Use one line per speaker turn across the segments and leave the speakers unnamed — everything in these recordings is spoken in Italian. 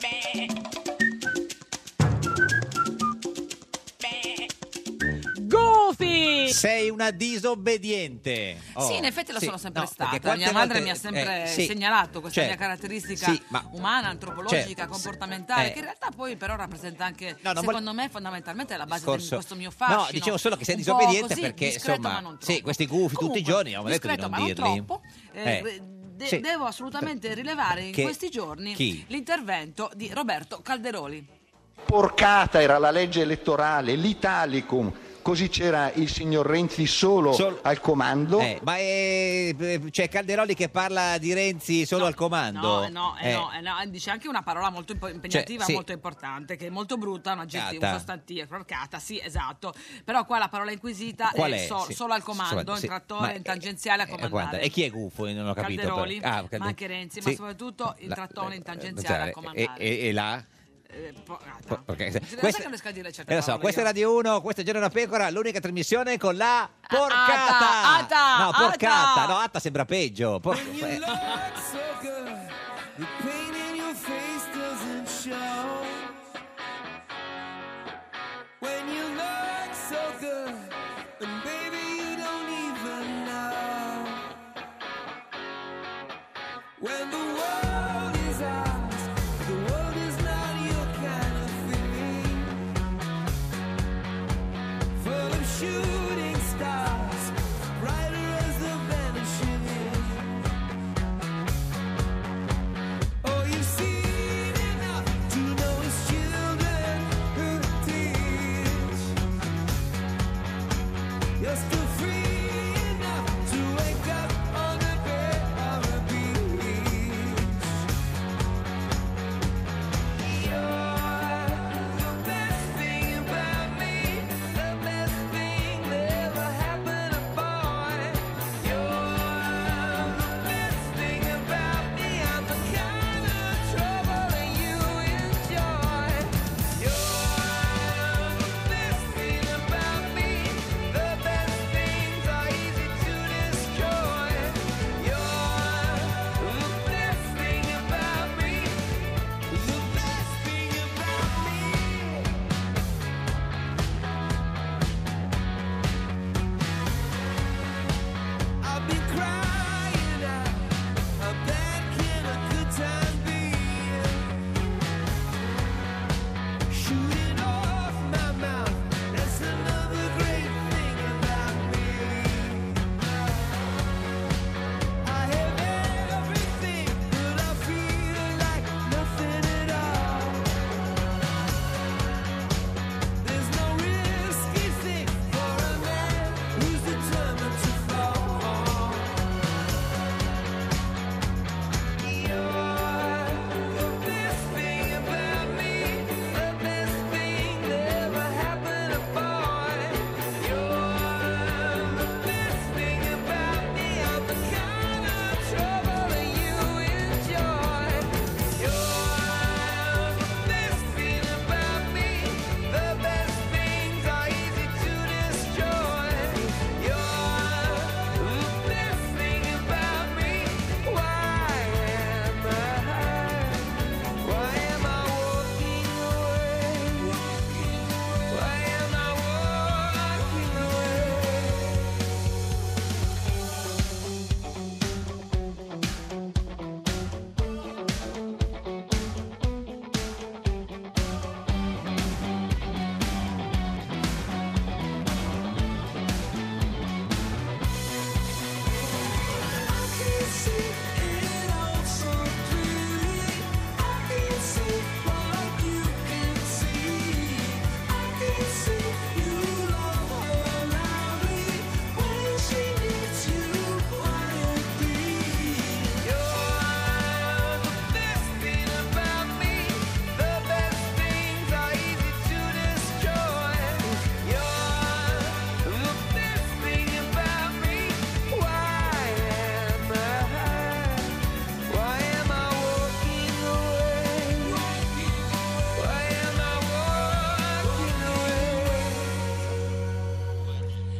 Beh. Beh.
Goofy!
Sei una disobbediente. Oh,
Sì, in effetti lo
sì.
sono sempre
No, perché
stata.
quante
Mia madre
volte-
mi ha sempre
eh, sì,
segnalato questa
cioè,
mia caratteristica
sì, ma-
umana, antropologica,
cioè,
comportamentale,
eh.
che in realtà poi però rappresenta anche,
No, non vol-
secondo me, fondamentalmente la base di
discorso-
questo mio fascino.
No, dicevo solo che sei
Un po'
disobbediente
così,
perché
discreto, ma
insomma,
non
sì,
troppo.
questi gufi tutti i
Comunque,
giorni, abbiamo detto di
discreto,
non
ma non
dirli.
troppo. Eh,
Eh,
de-
sì.
Devo assolutamente rilevare in
Che-
questi giorni
chi?
l'intervento di Roberto Calderoli.
porcata era la legge elettorale, l'Italicum, così c'era il signor Renzi solo,
Sol-
al comando.
Eh, ma eh, eh, c'è Calderoli che parla di Renzi solo al comando.
No, eh, no, eh,
Eh,
no, eh, no, eh, dice anche una parola molto impo- impegnativa,
Cioè, sì.
molto importante, che è molto brutta, un aggettivo,
Cata.
un sostantivo, porcata, sì, esatto. Però qua la parola inquisita
Qual
è,
è?
so-
Sì.
solo al comando,
Sì,
in trattore,
ma-
in tangenziale a
eh, guarda,
comandare.
E chi è gufo? Io Non ho capito. però.
Calderoli,
Ah, Calde-
ma anche Renzi, ma
Sì.
soprattutto in
La-
trattore, in
eh,
tangenziale a
E,
comandare.
e, e là?
Eh, porcata.
Po- perché-
Sì, lo sai
questa-
che non riesco a dire certe
eh, lo so,
parole
questa è
io.
Radio 1, questa è Giorno da Pecora, l'unica trasmissione con la porcata.
Ata, ata,
no, porcata,
ata.
no, atta sembra peggio. Por-
When you
eh,
look so good, the pain in your face doesn't show. When you look so good, and baby, you don't even know. When the world is ours, the world is not your kind of thing. Full of shooting stars, brighter as the vanishing is. Oh, you've seen enough to know it's you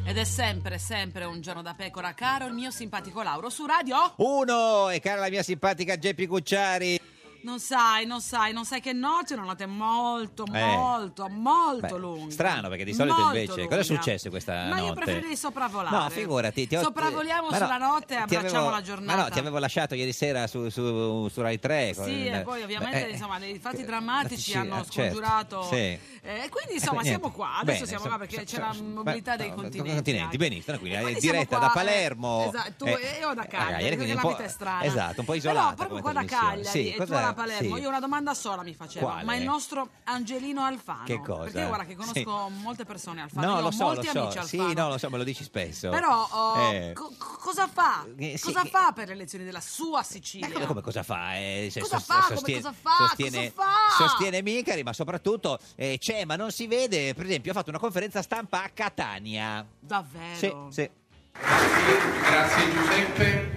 Ed è sempre, sempre un giorno da pecora, caro il mio simpatico Lauro su radio.
Uno, e cara la mia simpatica Geppi Cucciari.
Non sai, non sai, non sai che notte, una notte molto,
Eh.
molto, molto
Beh,
lunga.
strano, perché di solito
Molto
invece-
lunga.
cosa è successo questa
Ma io
Eh, notte?
preferirei sopravvolare.
No, figurati. Ti ho-
Sopravvoliamo
ma no,
sulla notte e
ti
abbracciamo
avevo-
la giornata.
Ma no, ti avevo lasciato ieri sera su, su, su Rai 3. con-
Sì, e poi ovviamente
Beh,
insomma, i fatti
eh,
drammatici
sì,
hanno
eh, certo,
scongiurato.
sì.
Eh, E quindi insomma
Eh,
siamo
niente.
qua, adesso
Bene,
siamo
insomma,
qua perché
so-
c'è la
so-
mobilità
ma-
dei
no,
continenti.
continenti,
anche.
benissimo, quindi,
E
eh,
quindi siamo
diretta
qua,
da
eh,
Palermo.
esatto, tu
eh,
e io da
a
Cagliari,
Cagliari, quindi
perché la
un
vita
po'-
è strana.
Esatto, un po'
Però
isolata come
proprio qua da
trasmissione.
Cagliari
Sì,
e tu
cos'era?
da Palermo,
Sì.
io una domanda sola mi facevo,
Quale?
ma il nostro Angelino Alfano.
Che cosa?
Perché io, guarda che conosco molte persone Alfano, io
no,
ho
lo so,
molti
lo so.
amici
Sì,
Alfano.
no, lo so, me lo dici spesso.
Però oh,
Eh.
co- co- cosa fa?
Eh, sì,
cosa
che-
fa per le elezioni della sua Sicilia?
Ma come, come cosa fa? Eh, se
Cosa
sos-
fa? Come
Sostiene,
cosa fa?
sostiene,
Cosa fa?
sostiene Micari, ma soprattutto eh, c'è, ma non si vede. Per esempio, ha fatto una conferenza stampa a Catania. Sì,
Davvero?
sì.
Grazie Giuseppe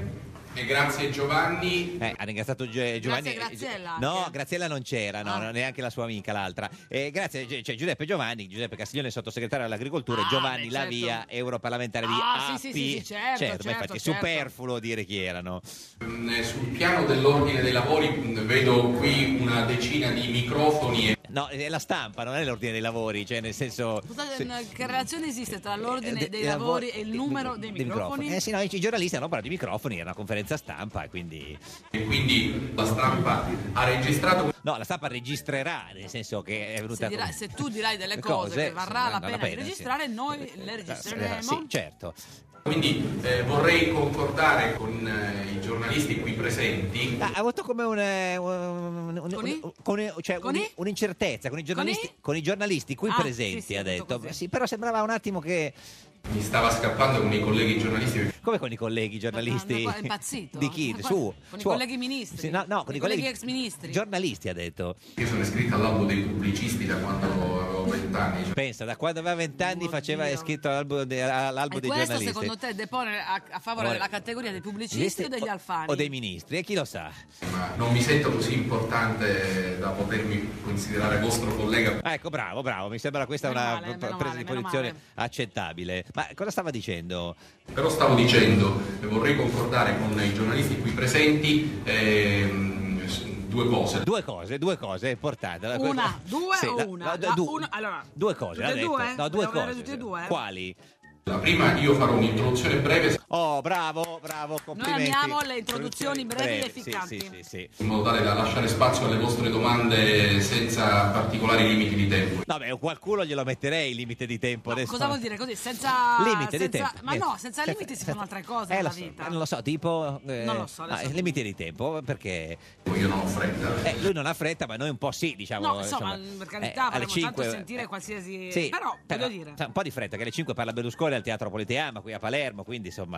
e grazie Giovanni.
Eh, ha ringraziato Gio- Giovanni. eh,
Graziella
Gio- No,
anche.
Graziella non c'era, no,
Ah.
no, neanche la sua amica, l'altra. Eh, grazie, Gi- c'è Giuseppe Giovanni, Giuseppe Castiglione, sottosegretario all'agricoltura,
Ah,
Giovanni
beh, certo.
Lavia, europarlamentare di
Ah,
AP.
sì, sì, sì, sì, certo,
ma
certo,
infatti è
certo.
superfluo dire chi erano.
Mm, Sul piano dell'ordine dei lavori mm, vedo qui una decina di microfoni e
No, è la stampa, non è l'ordine dei lavori, cioè nel senso.
Scusate,
se-
n- che relazione esiste tra l'ordine
Eh,
dei
de-
lavori
lavo-
e il
de-
numero dei microfoni?
Eh sì, no, i i giornalisti hanno parlato di microfoni, era una conferenza stampa, e quindi...
e quindi la stampa ha registrato
No, la stampa registrerà, nel senso che è venuta...
Se, dirà-
con-
se tu dirai delle cose, che varrà
sì, no,
la pena, di
sì.
registrare, noi
Eh,
le
eh,
registreremo.
Sì, certo.
quindi eh, vorrei concordare con eh, i giornalisti qui presenti
Ma ha avuto come un... eh, un- un-
Con i?
un- con- cioè,
Con
un-
i?
un'incertezza, con i giornalisti,
Con i?
con i giornalisti qui
Ah, sì,
presenti,
sì,
ha
ha detto
detto.
così.
Sì, però sembrava un attimo che...
mi stava scappando con i colleghi giornalisti
Come con i colleghi
Ma-
giornalisti?
ma- ma è impazzito?
Di chi?
Ma qua-
Su.
con i
suo-
colleghi ministri?
Sì, no, no, con i colleghi,
ex ministri?
Giornalisti ha detto.
io sono iscritto all'albo dei pubblicisti da quando avevo vent'anni cioè,
Pensa, da quando aveva vent'anni
Oddio.
faceva è scritto all'albo, de- all'albo
E
dei
questo
giornalisti.
secondo te depone a, a favore della categoria dei pubblicisti o degli alfani?
O dei ministri, e chi lo sa?
ma non mi sento così importante da potermi considerare vostro collega
Ah, ecco, bravo, bravo, mi sembra questa
Meno
una
male,
p- presa
meno male,
di
meno
posizione
male.
accettabile. Ma cosa stava dicendo?
Però stavo dicendo, e eh, vorrei concordare con i giornalisti qui presenti ehm, s- due cose.
Due cose, due cose importanti. Allora,
Una,
questo-
due
Sì,
o
la-
una?
la-
La-
du-
una- allora,
due cose,
tutte
l'ha
e
detto.
due?
No, due
Dobbiamo
cose.
avere tutte e due?
Quali?
La prima io farò un'introduzione breve
Oh, bravo, bravo, complimenti.
amiamo le introduzioni brevi e
Sì,
efficaci.
sì, sì, sì.
in modo tale da lasciare spazio alle vostre domande senza particolari limiti di tempo.
No, beh, qualcuno glielo metterei il limite di tempo
No,
adesso.
cosa vuol dire così? Senza
Limite di
senza-
tempo.
Ma
niente.
no, senza limiti si fanno altre cose
Eh,
nella
lo so,
vita.
non lo so, tipo... eh,
Non lo so, adesso-
ah, limite di tempo, perché...
Io non ho fretta.
eh, lui non ha fretta, ma noi un po' sì, diciamo.
No, insomma, per carità,
alle
vorremmo tanto
5,
sentire qualsiasi-
Sì,
però, voglio dire.
sa, Un po' di fretta, che alle 5 parla Berlusconi al Teatro Politeama, qui a Palermo, quindi insomma...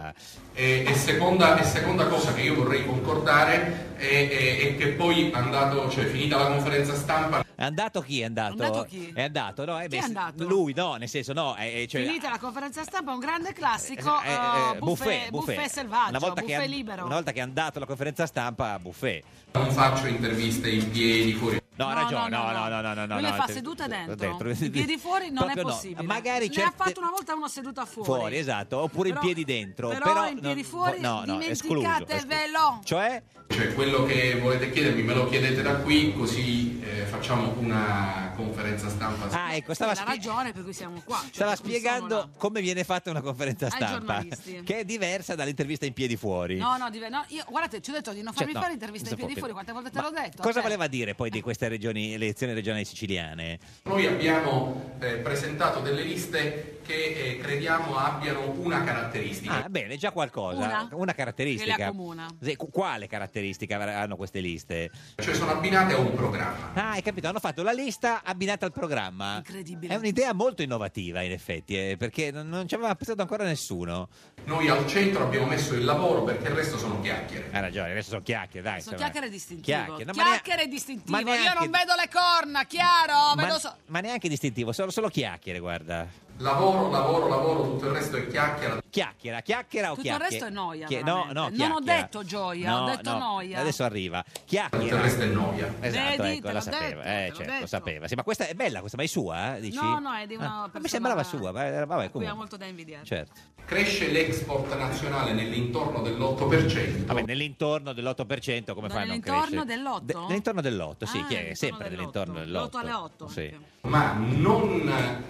E, e seconda, e seconda cosa che io vorrei concordare è, è- è che poi andato, cioè finita la conferenza stampa,
È andato chi è andato?
È andato chi?
È andato, no? eh,
Chi è
beh,
andato?
Lui, no, nel senso, no. eh, eh, cioè,
Finita la conferenza stampa, un grande classico,
Eh, eh,
eh,
eh,
buffet, buffet, selvaggio,
Una volta che
buffet
è-
libero.
Una volta che è andato alla conferenza stampa, buffet.
non faccio interviste in piedi fuori.
No, ha
No,
ragione, no,
no, no,
no,
no.
no, no, no,
Lui
no,
le fa
te-
sedute
te-
dentro. I piedi fuori non è
Proprio no.
possibile.
Magari
Ne ha
certe-
fatto una volta uno seduta fuori.
Fuori, esatto, oppure
Però-
in piedi dentro.
però in piedi fuori
no, no, escluso,
dimenticatevelo.
escluso. Cioè,
Cioè quello che volete chiedermi me lo chiedete da qui così eh, facciamo una conferenza stampa.
ah, ecco, stava,
la
spie-
ragione per cui siamo qua. cioè,
stava
per cui sono
spiegando
là.
come viene fatta una conferenza
Ai
stampa,
giornalisti.
che è diversa dall'intervista in piedi fuori.
No, no, dive- no, io, guardate, ci ho detto di non
Cioè,
farmi
no,
fare interviste
non si
ai
può
piedi fuori, quante volte te
Ma
l'ho detto?
Cosa
Cioè,
voleva dire poi di queste regioni, elezioni regionali siciliane?
Noi abbiamo eh, presentato delle liste che eh, crediamo abbiano una caratteristica.
Ah, bene, già qualcosa.
Una?
caratteristica.
Che le accomuna.
Sì, cu- Quale caratteristica avr- hanno queste liste?
Cioè sono abbinate a un programma.
Ah, hai capito, hanno fatto la lista abbinata al programma.
Incredibile.
È un'idea molto innovativa, in effetti, eh, perché non, non ci aveva pensato ancora nessuno.
Noi al centro abbiamo messo il lavoro perché il resto sono chiacchiere.
Hai ragione, adesso sono chiacchiere, dai.
Sono
insomma.
chiacchiere distintivo. Chiacchiere,
no, ma neanche-
distintivo.
ma
Io
neanche-
non vedo le corna, chiaro?
Ma,
Vedo so-
ma neanche distintivo, sono solo chiacchiere, guarda.
Lavoro, lavoro, lavoro, tutto il resto è chiacchiera.
Chiacchiera, chiacchiera o
Tutto il
chiacchiere?
resto è noia,
Chie- no,
veramente.
no,
Non ho
chiacchiera.
detto gioia, ho
No,
detto
no,
noia.
Adesso arriva.
Tutto il
Chiacchiera.
resto è noia.
Esatto,
Vedi,
ecco,
te
la
l'ho detto,
sapeva.
te
eh,
l'ho
certo,
detto.
lo sapeva. Sì, ma questa è bella, questa, ma è sua? eh, Dici?
No, no, è di una
Ah,
persona
mi sembrava sua, ma- eh, vabbè,
a cui ha
comunque.
molto da invidiare.
Certo.
Cresce l'export nazionale nell'intorno dell'8%.
Vabbè, nell'intorno dell'8% come
No,
fai a non
nell'intorno
crescere?
dell'8?
De- nell'intorno dell'8, sì,
Ah,
chi è?
nell'intorno
sempre
dell'8.
nell'intorno dell'8.
L'otto alle otto,
Sì.
anche.
Ma non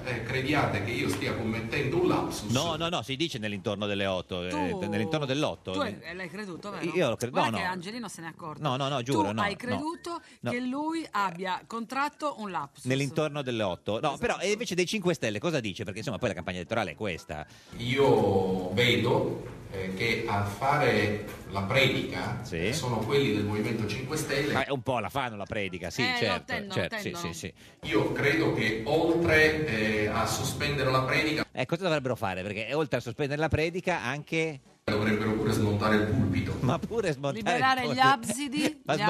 eh, crediate che io stia commettendo un lapsus.
No, no, no, si dice nell'intorno delle 8,
Tu-
nell'intorno dell'8.
Tu hai- l'hai creduto, vero?
Io lo credo-
Guarda
no,
che
no.
Angelino se n'è accorto.
No, no, no, giuro,
Tu
no,
hai
no.
creduto
No.
che lui abbia contratto un lapsus.
Nell'intorno delle 8. No, però e invece dei 5 Stelle cosa dice? Perché insomma poi la campagna elettorale è questa.
Io vedo eh, che a fare la predica
Sì.
sono quelli del Movimento 5 Stelle.
Ma è un po' la fanno la predica, sì,
Eh, lo
certo.
attendono,
certo,
attendono.
Sì, sì, sì.
Io credo che oltre eh, a sospendere la predica
Eh, cosa dovrebbero fare? Perché eh, oltre a sospendere la predica anche...
dovrebbero pure smontare il pulpito.
Ma pure smontare...
Liberare
il ponte.
gli absidi,
Eh, Ma
gli
smon-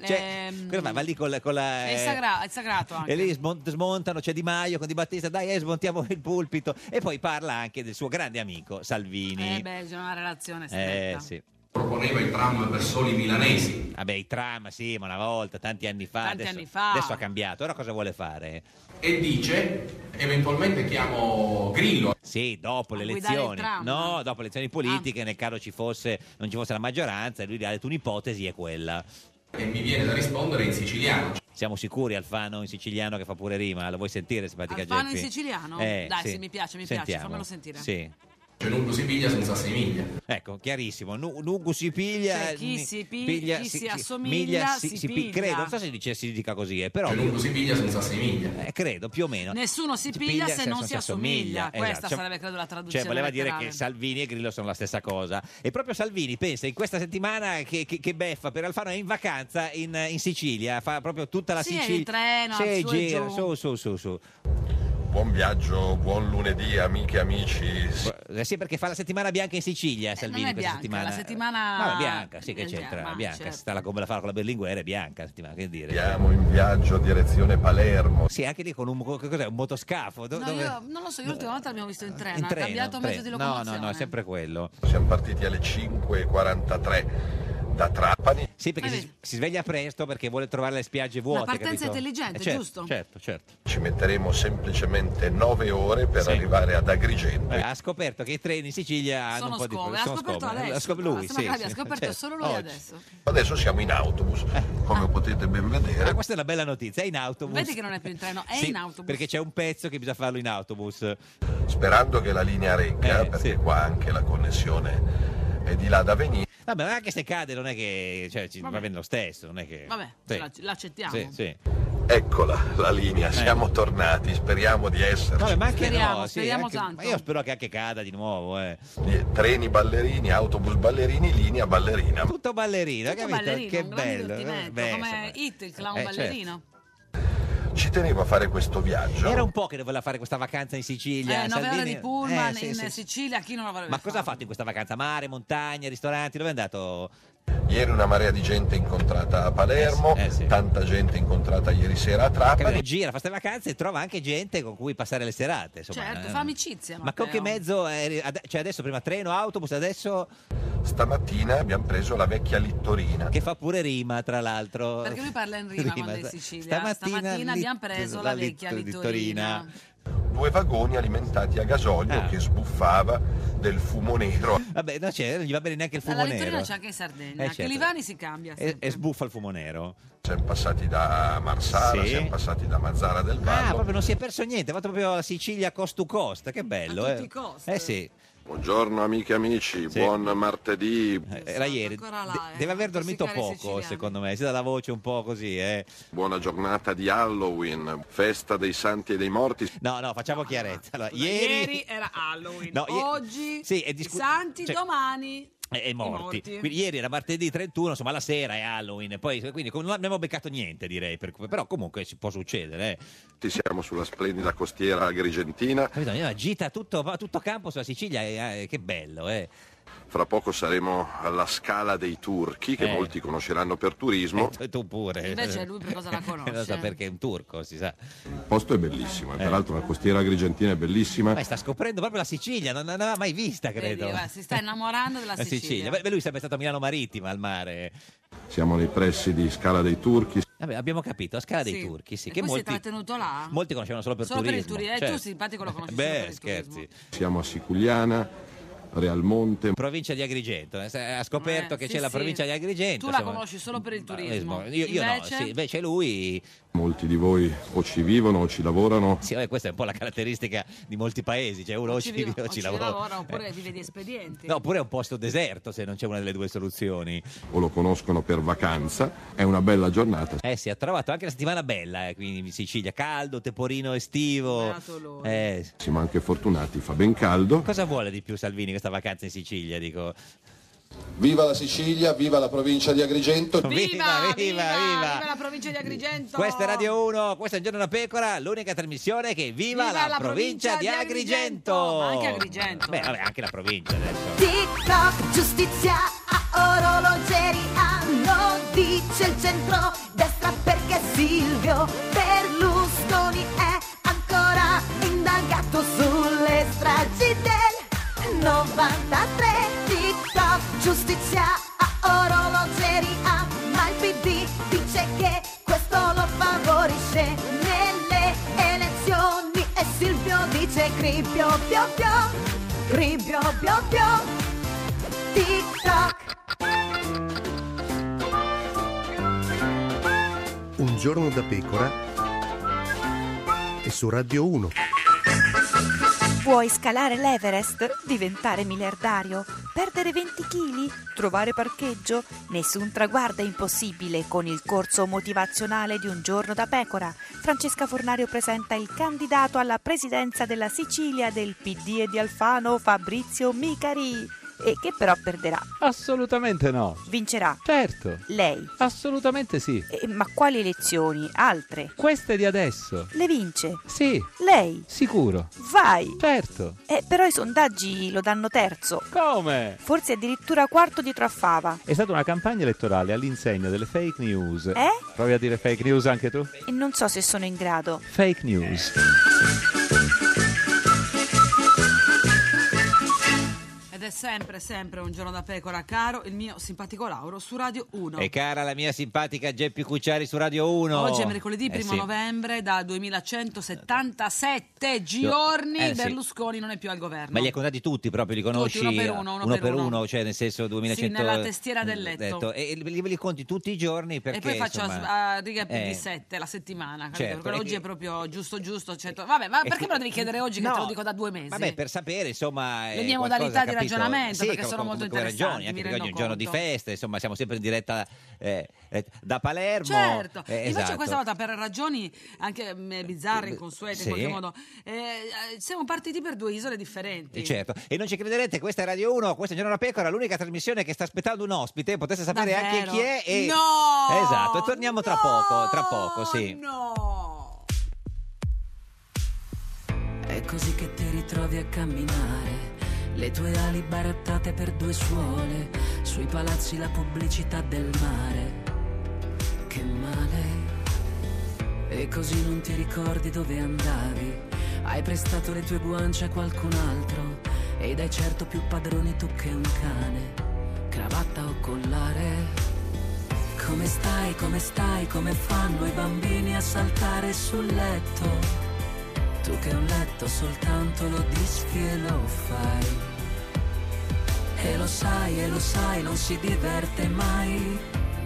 Cioè, eh,
ehm,
cosa fa? va lì con la... Con la
È il,
eh,
sagra- è il sagrato anche.
E lì smon- smontano, c'è Di Maio con Di Battista, dai, eh, smontiamo il pulpito. E poi parla anche del suo grande amico Salvini.
Eh beh, c'è una relazione
Eh,
stretta.
sì.
Proponeva il tram per soli milanesi.
Vabbè, i tram, sì, ma una volta, tanti anni fa.
Tanti
adesso,
anni fa.
Adesso ha cambiato, ora cosa vuole fare?
E dice, eventualmente chiamo Grillo.
Sì, dopo le
A guidare il
elezioni.
tram. Ah.
No, dopo le elezioni politiche, nel caso ci fosse, non ci fosse la maggioranza, e lui ha detto un'ipotesi è quella.
E mi viene da rispondere in siciliano.
Siamo sicuri Alfano in siciliano che fa pure rima, lo vuoi sentire simpatica
Alfano in
Geppi? Eh,
siciliano? Dai, sì, mi piace, mi piace, fammelo sentire.
Sì.
Cioè non si piglia senza si miglia.
Ecco, chiarissimo, Nu- eh, Nugu si piglia,
Cioè, chi
ni-
si pi- chi si assomiglia, si
pi-
piglia.
credo, non so se dice, si dica così, eh, però
Cioè non si piglia senza si miglia.
Eh, credo più o meno.
Nessuno si piglia se non si assomiglia. Questa
Cioè,
sarebbe, credo, la traduzione
Cioè, voleva dire
letterale.
che Salvini e Grillo sono la stessa cosa. E proprio Salvini pensa in questa settimana che, che- che beffa per Alfano è in vacanza in, in Sicilia, fa proprio tutta la
Sì, è in
Sicilia.
treno,
sì,
su e
gira,
giù.
su, su, su, su.
Buon viaggio, buon lunedì amiche e amici.
Eh, Sì, perché fa la settimana bianca in Sicilia Salvini
Eh, non è
questa
bianca,
settimana.
la settimana-
Ma bianca, sì, che
è
c'entra?
bianca, ma
bianca,
certo.
sta la, come la fa con la Berlinguer, è bianca la settimana, che dire.
Siamo in viaggio direzione Palermo.
Sì, anche lì con un, co- cos'è, un motoscafo. Do-
No,
dove-
io non lo so, io l'ultima volta l'abbiamo visto in treno,
in
ha
treno,
Eh, cambiato
in
mezzo di
treno.
locomozione.
No, no, no, è sempre quello.
Siamo partiti alle 5.43 da Trapani.
Sì, perché
Ma
si,
Ah, vedi.
si sveglia presto perché vuole trovare le spiagge vuote. capito?
partenza intelligente,
Eh, certo,
giusto?
Certo, certo.
Ci metteremo semplicemente 9 ore per
Sì.
arrivare ad Agrigento.
Eh, ha scoperto che i treni in Sicilia hanno
Sono
un po' di
scove,
problemi.
l'ha scoperto adesso.
L'ha scop- lui,
Ah,
sì,
sembra che
sì,
l'abbia scoperto
certo,
solo lui
oggi.
adesso.
Adesso siamo in autobus, come potete ben
Eh. Ah,
vedere.
questa è una bella notizia, è in autobus.
Vedi che non è più in treno, è
Sì,
in autobus.
Perché c'è un pezzo che bisogna farlo in autobus.
Sperando che la linea regga,
Eh,
perché
sì.
qua anche la connessione è di là da venire.
Vabbè, ma anche se cade non è che cioè, ci va bene lo stesso, non è che
Vabbè,
Sì.
ce la- l'accettiamo.
Sì, sì. Eh.
Eccola la linea, siamo tornati, speriamo di
Vabbè,
esserci.
ma anche
Speriamo,
no, sì,
speriamo
anche-
tanto.
Ma io spero che anche cada di nuovo, eh.
Treni ballerini, autobus ballerini, linea ballerina.
Tutto ballerino,
Tutto
hai capito?
ballerino,
che
un gran
bello. eh,
divertimento,
Beh,
come
insomma.
Hit, il clown
Eh, certo.
ballerino.
Ci tenevo a fare questo viaggio.
Era un po' che voleva fare questa vacanza in Sicilia.
Eh, nove ore
Salvini-
di pullman
Eh, sì,
in
sì, sì.
Sicilia, chi non la voleva
Ma cosa ha
fare?
fatto in questa vacanza? Mare, montagne, ristoranti? Dove è andato?
Ieri una marea di gente incontrata a Palermo,
Eh sì, eh sì.
tanta gente incontrata ieri sera a
Capito?
Trapani.
Gira, fa queste vacanze e trova anche gente con cui passare le serate. Insomma.
Certo,
Eh,
fa amicizia,
Ma
Matteo.
con che mezzo? eri- ad- Cioè adesso prima treno, autobus, adesso
Stamattina abbiamo preso la vecchia Littorina.
che fa pure rima, tra l'altro.
Perché lui parla in rima quando è in
sta-
Sicilia. Stamattina abbiamo preso la vecchia
lit-
Littorina.
Due vagoni alimentati a gasolio
Ah.
che sbuffava del fumo nero.
Vabbè, no, c'è, Eh, non gli va bene neanche il fumo
Alla
nero.
Littorina c'è anche in Sardegna,
Eh,
che
certo.
l'Ivani si cambia
E,
sempre.
e sbuffa il fumo nero.
Siamo passati da Marsala,
Sì.
siamo passati da Mazzara del
Ah,
Vallo.
proprio non si è perso niente, ha fatto proprio la Sicilia cost to cost, che bello.
A
eh.
tutti i costi.
Eh sì,
Buongiorno amiche e amici,
Sì.
buon martedì,
eh,
Sì,
era
sono
ieri.
ancora là,
De-
eh,
deve aver dormito
tossicare i
poco,
siciliani.
secondo me, si dà la voce un po' così, eh.
buona giornata di Halloween, festa dei santi e dei morti.
No, no, facciamo chiarezza. Allora,
Scusa,
ieri,
era Halloween,
No, ie-
oggi
Sì, è discu-
i Santi,
cioè-
domani
e e
i
morti. Quindi ieri era martedì 31, insomma la sera è Halloween, e poi, quindi non abbiamo beccato niente direi, per- però comunque si può succedere. eh.
Tutti siamo sulla splendida costiera agrigentina.
Capito? Ogni volta Gita tutto, tutto campo sulla Sicilia, eh, eh, che bello. Eh.
Fra poco saremo alla Scala dei Turchi, che
Eh.
molti conosceranno per turismo.
E tu pure.
Invece lui per cosa la conosce?
non so perché è un turco, si sa. Eh.
Il posto è bellissimo, e peraltro la costiera agrigentina è bellissima.
Ma sta scoprendo proprio la Sicilia, non non l'aveva mai vista,
Vedi,
credo. Eh,
guarda, si sta innamorando della
La
Sicilia.
Sicilia. Beh, lui sarebbe stato a Milano Marittima al mare.
Siamo nei pressi di Scala dei Turchi.
Vabbè, abbiamo capito, a scala dei
Sì.
turchi, sì,
E
che
poi
molti,
si è trattenuto là?
molti conoscevano solo per
Solo per il
turismo.
turi- eh, tu
certo.
simpatico lo conosci solo per
Beh,
il
scherzi.
Siamo a Siculiana, Realmonte.
Provincia di Agrigento, eh, se- ha scoperto
Eh,
che
sì,
c'è la
sì.
provincia di Agrigento.
Tu la
insomma.
conosci solo per il
Ma-
turismo.
Io, io
Invece?
no, sì, invece lui,
Molti di voi o ci vivono o ci lavorano.
sì, vabbè, questa è un po' la caratteristica di molti paesi, cioè uno o ci vive o ci lavora.
oppure
Eh,
vive di espedienti.
No, oppure è un posto deserto se non c'è una delle due soluzioni.
o lo conoscono per vacanza. È una bella giornata.
Eh sì, ha trovato anche la settimana bella, eh, quindi in Sicilia, caldo, teporino estivo.
Beato lui.
Eh,
Siamo anche fortunati, fa ben caldo.
cosa vuole di più Salvini questa vacanza in Sicilia? Dico,
Viva la Sicilia, viva la provincia di Agrigento.
viva,
Viva, viva, viva,
viva.
la provincia di Agrigento.
Questa è Radio 1, questa è Un giorno da pecora, l'unica trasmissione che viva,
Viva
la,
la
provincia,
provincia
di
di
Agrigento.
Agrigento. Ma anche Agrigento,
Beh,
eh.
vabbè, anche la provincia adesso.
Tic-toc, giustizia, orologeria, lo dice il centro destra perché Silvio Berlusconi è ancora indagato sulle stragi del 93. Tic-toc, giustizia, orologeria, ma il PD dice che questo lo favorisce nelle elezioni e Silvio dice cribbio, pio, pio. Cribbio, pio, pio, tic-tac.
Un giorno da pecora e su Radio 1.
Vuoi scalare l'Everest? Diventare miliardario? Perdere 20 kg? Trovare parcheggio? Nessun traguardo è impossibile con il corso motivazionale di Un giorno da pecora. Francesca Fornario presenta il candidato alla presidenza della Sicilia del PD e di Alfano, Fabrizio Micari. E che però perderà.
Assolutamente no.
Vincerà
Certo.
lei.
Assolutamente sì.
Eh, ma quali elezioni? Altre?
Queste di adesso.
Le vince.
Sì,
Lei.
sicuro.
Vai!
Certo.
Eh, però i sondaggi lo danno terzo,
Come?
forse addirittura quarto dietro a Fava.
È stata una campagna elettorale all'insegna delle fake news.
Eh?
Provi a dire fake news anche tu?
E non so se sono in grado.
Fake news.
Ed è sempre, sempre un giorno da pecora, caro il mio simpatico Lauro su Radio 1.
E cara la mia simpatica Geppi Cucciari su Radio 1.
Oggi è mercoledì 1
Eh sì.
novembre, da 2177 giorni
Eh, sì.
Berlusconi non è più al governo.
Ma li hai contati tutti proprio, li conosci?
uno per uno, uno per
per
uno.
uno, cioè nel senso 2100.
Sì, nella testiera del letto.
E li, li conti tutti i giorni perché
e poi faccio
insomma,
a, a riga
eh,
di 7 la settimana. capito?
Certo,
Quello
e
oggi
che- Eh,
è proprio giusto, giusto. certo. Vabbè, ma
e
perché
qui-
me lo devi chiedere oggi? Che
No.
te lo dico da due mesi.
Vabbè, per sapere, insomma.
Le
eh,
mie
qualcosa,
modalità di
capito?
ragionamento,
Sì,
perché
com-
sono
com-
molto
come ragioni,
interessanti,
anche
mi
perché oggi è un
rendo
giorno di
conto.
feste, insomma, siamo sempre in diretta eh, eh, da Palermo.
Certo,
Eh,
invece
esatto.
questa volta per ragioni anche mm, bizzarre, inconsuete
Sì.
in qualche modo, eh, eh, siamo partiti per due isole differenti.
Eh, Certo, e non ci crederete, questa è Radio 1, questa è Giorno della Pecora, l'unica trasmissione che sta aspettando un ospite, potesse sapere
Davvero?
anche chi è. E...
No!
Esatto, e torniamo tra
No!
poco, tra poco, sì.
No!
È così che ti ritrovi a camminare, le tue ali barattate per due suole, sui palazzi la pubblicità del mare. Che male. E così non ti ricordi dove andavi, hai prestato le tue guance a qualcun altro ed hai certo più padroni tu che un cane, cravatta o collare. Come stai, come stai, come fanno i bambini a saltare sul letto? Tu che un letto soltanto lo disfi e lo fai. E lo sai, e lo sai, non si diverte mai.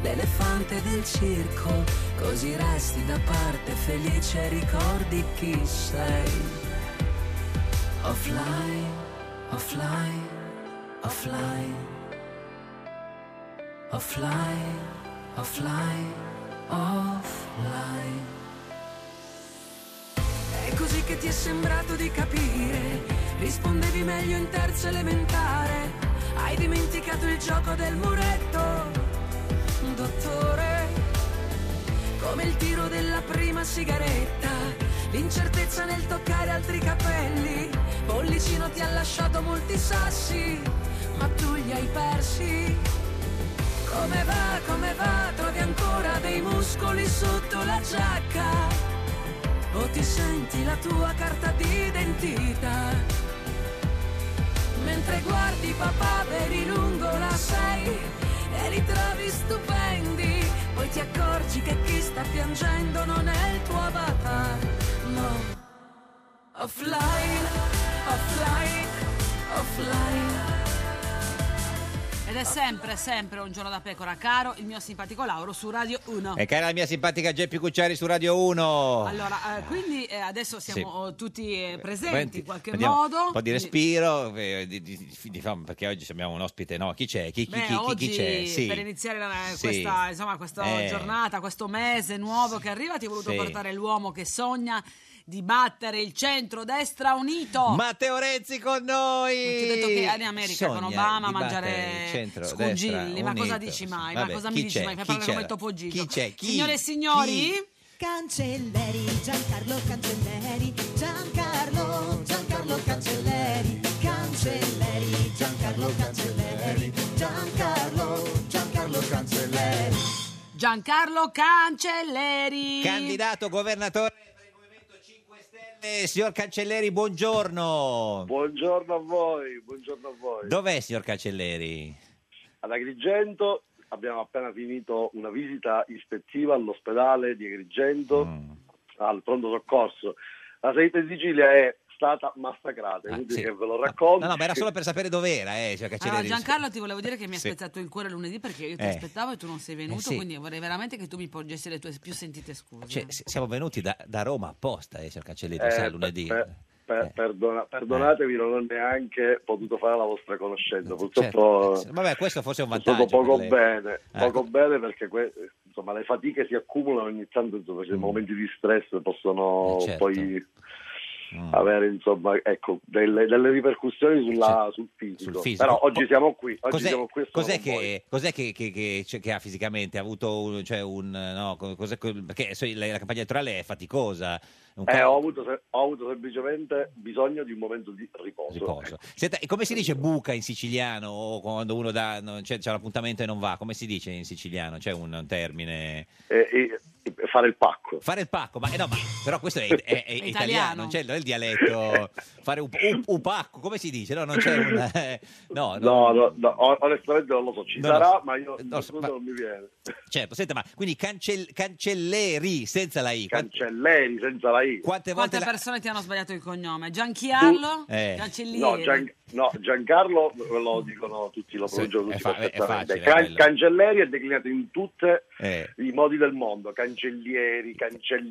L'elefante del circo, così resti da parte felice e ricordi chi sei. Offline, offline, offline. Offline, offline, offline. È così che ti è sembrato di capire, rispondevi meglio in terza elementare, hai dimenticato il gioco del muretto, dottore, come il tiro della prima sigaretta, l'incertezza nel toccare altri capelli, Pollicino ti ha lasciato molti sassi, ma tu li hai persi. Come va, come va, trovi ancora dei muscoli sotto la giacca. O ti senti la tua carta d'identità. Mentre guardi papà veri lungo la sei e li trovi stupendi. Poi ti accorgi che chi sta piangendo non è il tuo papà. No, offline, offline, offline.
Ed è sempre, sempre un giorno da pecora, caro il mio simpatico Lauro su Radio 1.
E cara la mia simpatica Geppi Cucciari su Radio 1.
Allora, eh, quindi eh, adesso siamo eh, tutti eh, presenti in qualche
Prendiamo
modo.
Un po' di respiro, eh, di- di- di- di fama, perché oggi abbiamo un ospite, no? Chi c'è? Chi, chi-
Beh,
chi- chi- chi
oggi
c'è? Sì.
per iniziare la-
Sì.
questa, insomma, questa
Eh.
giornata, questo mese nuovo che arriva, ti ho voluto
Sì.
portare l'uomo che sogna di battere il centro-destra unito.
Matteo Renzi con noi!
Ti ho detto che è in America
Sogna
con Obama a
di
mangiare
battere il centro,
scugilli,
destra,
ma cosa
unito.
dici mai?
Vabbè,
ma cosa
chi
mi dici
c'è?
mai? Fai
Chi
parlare come
c'era?
Topo Gigio.
Chi c'è? Chi?
Signore e signori,
Chi?
Cancelleri, Giancarlo Cancelleri, Giancarlo, Giancarlo Cancelleri, Cancelleri, Giancarlo Cancelleri, Giancarlo, Giancarlo Cancelleri.
Giancarlo Cancelleri.
Candidato governatore Eh, signor Cancelleri, buongiorno.
Buongiorno a voi, buongiorno a voi.
Dov'è, signor Cancelleri?
Ad Agrigento abbiamo appena finito una visita ispettiva all'ospedale di Agrigento,
Mm.
al pronto soccorso. La salita di Sicilia è stata massacrata, è inutile
Ah, sì.
che ve lo Eh, racconto.
No, no, ma era solo per sapere dov'era, eh, signor
Allora,
Cancelleri.
Giancarlo, ti volevo dire che mi ha
Sì.
spezzato il cuore lunedì perché io ti
Eh.
aspettavo e tu non sei venuto,
sì.
quindi vorrei veramente che tu mi porgessi le tue più sentite scuse.
Cioè, s- siamo venuti da, da Roma apposta, eh, signor Cancelleri,
Eh,
sa,
per-
lunedì.
per-
Eh.
per- perdona- perdonatevi, non ho neanche potuto fare la vostra conoscenza, purtroppo...
Eh, Certo. Vabbè, questo forse è un
È stato
vantaggio.
poco
per lei.
bene,
Eh.
poco bene perché que- insomma, le fatiche si accumulano ogni tanto, insomma, c'è momenti di stress possono
Mm. Eh, certo. Mm.
poi avere insomma, ecco, delle, delle ripercussioni sulla- sul, fisico.
fisico.
Però oggi siamo qui, oggi
Cos'è,
siamo qui e sono
cos'è
con voi.
che, cos'è che, che- che- cioè, che ha fisicamente? Ha avuto un, cioè un eh, no, co- cos'è quel- perché so, la, la campagna elettorale è faticosa. Un
Eh,
ca-
ho, avuto se- ho avuto semplicemente bisogno di un momento di riposo.
riposo. Senta, e come si dice buca in siciliano o quando uno dà, non- cioè, c'è un appuntamento e non va? Come si dice in siciliano? C'è un, un termine?
Eh, E- e- e fare il pacco.
Fare il pacco, ma, eh, no, ma- però questo è, è- è- è italiano,
Italiano.
non c'è non è il dialetto. Fare un, un- un pacco, come si dice? No, non c'è un... eh, no,
No, no, no, o- onestamente non lo so, ci
Non lo
sarà,
so.
ma io
Non lo so, ma-
non mi viene.
Certo, senta, ma quindi cancell- cancelleri senza la I. quant-
Cancelleri senza la I.
Quante volte
Quante
la-
persone ti hanno sbagliato il cognome? Gianchiarlo?
Eh.
Cancellieri?
No, Gian- no, Giancarlo lo dicono tutti, lo
Sì,
pronunciano tutti
è fa- è
perfettamente.
facile,
Can-
quello.
cancelleri è declinato in tutti
Eh.
i modi del mondo, cancellieri,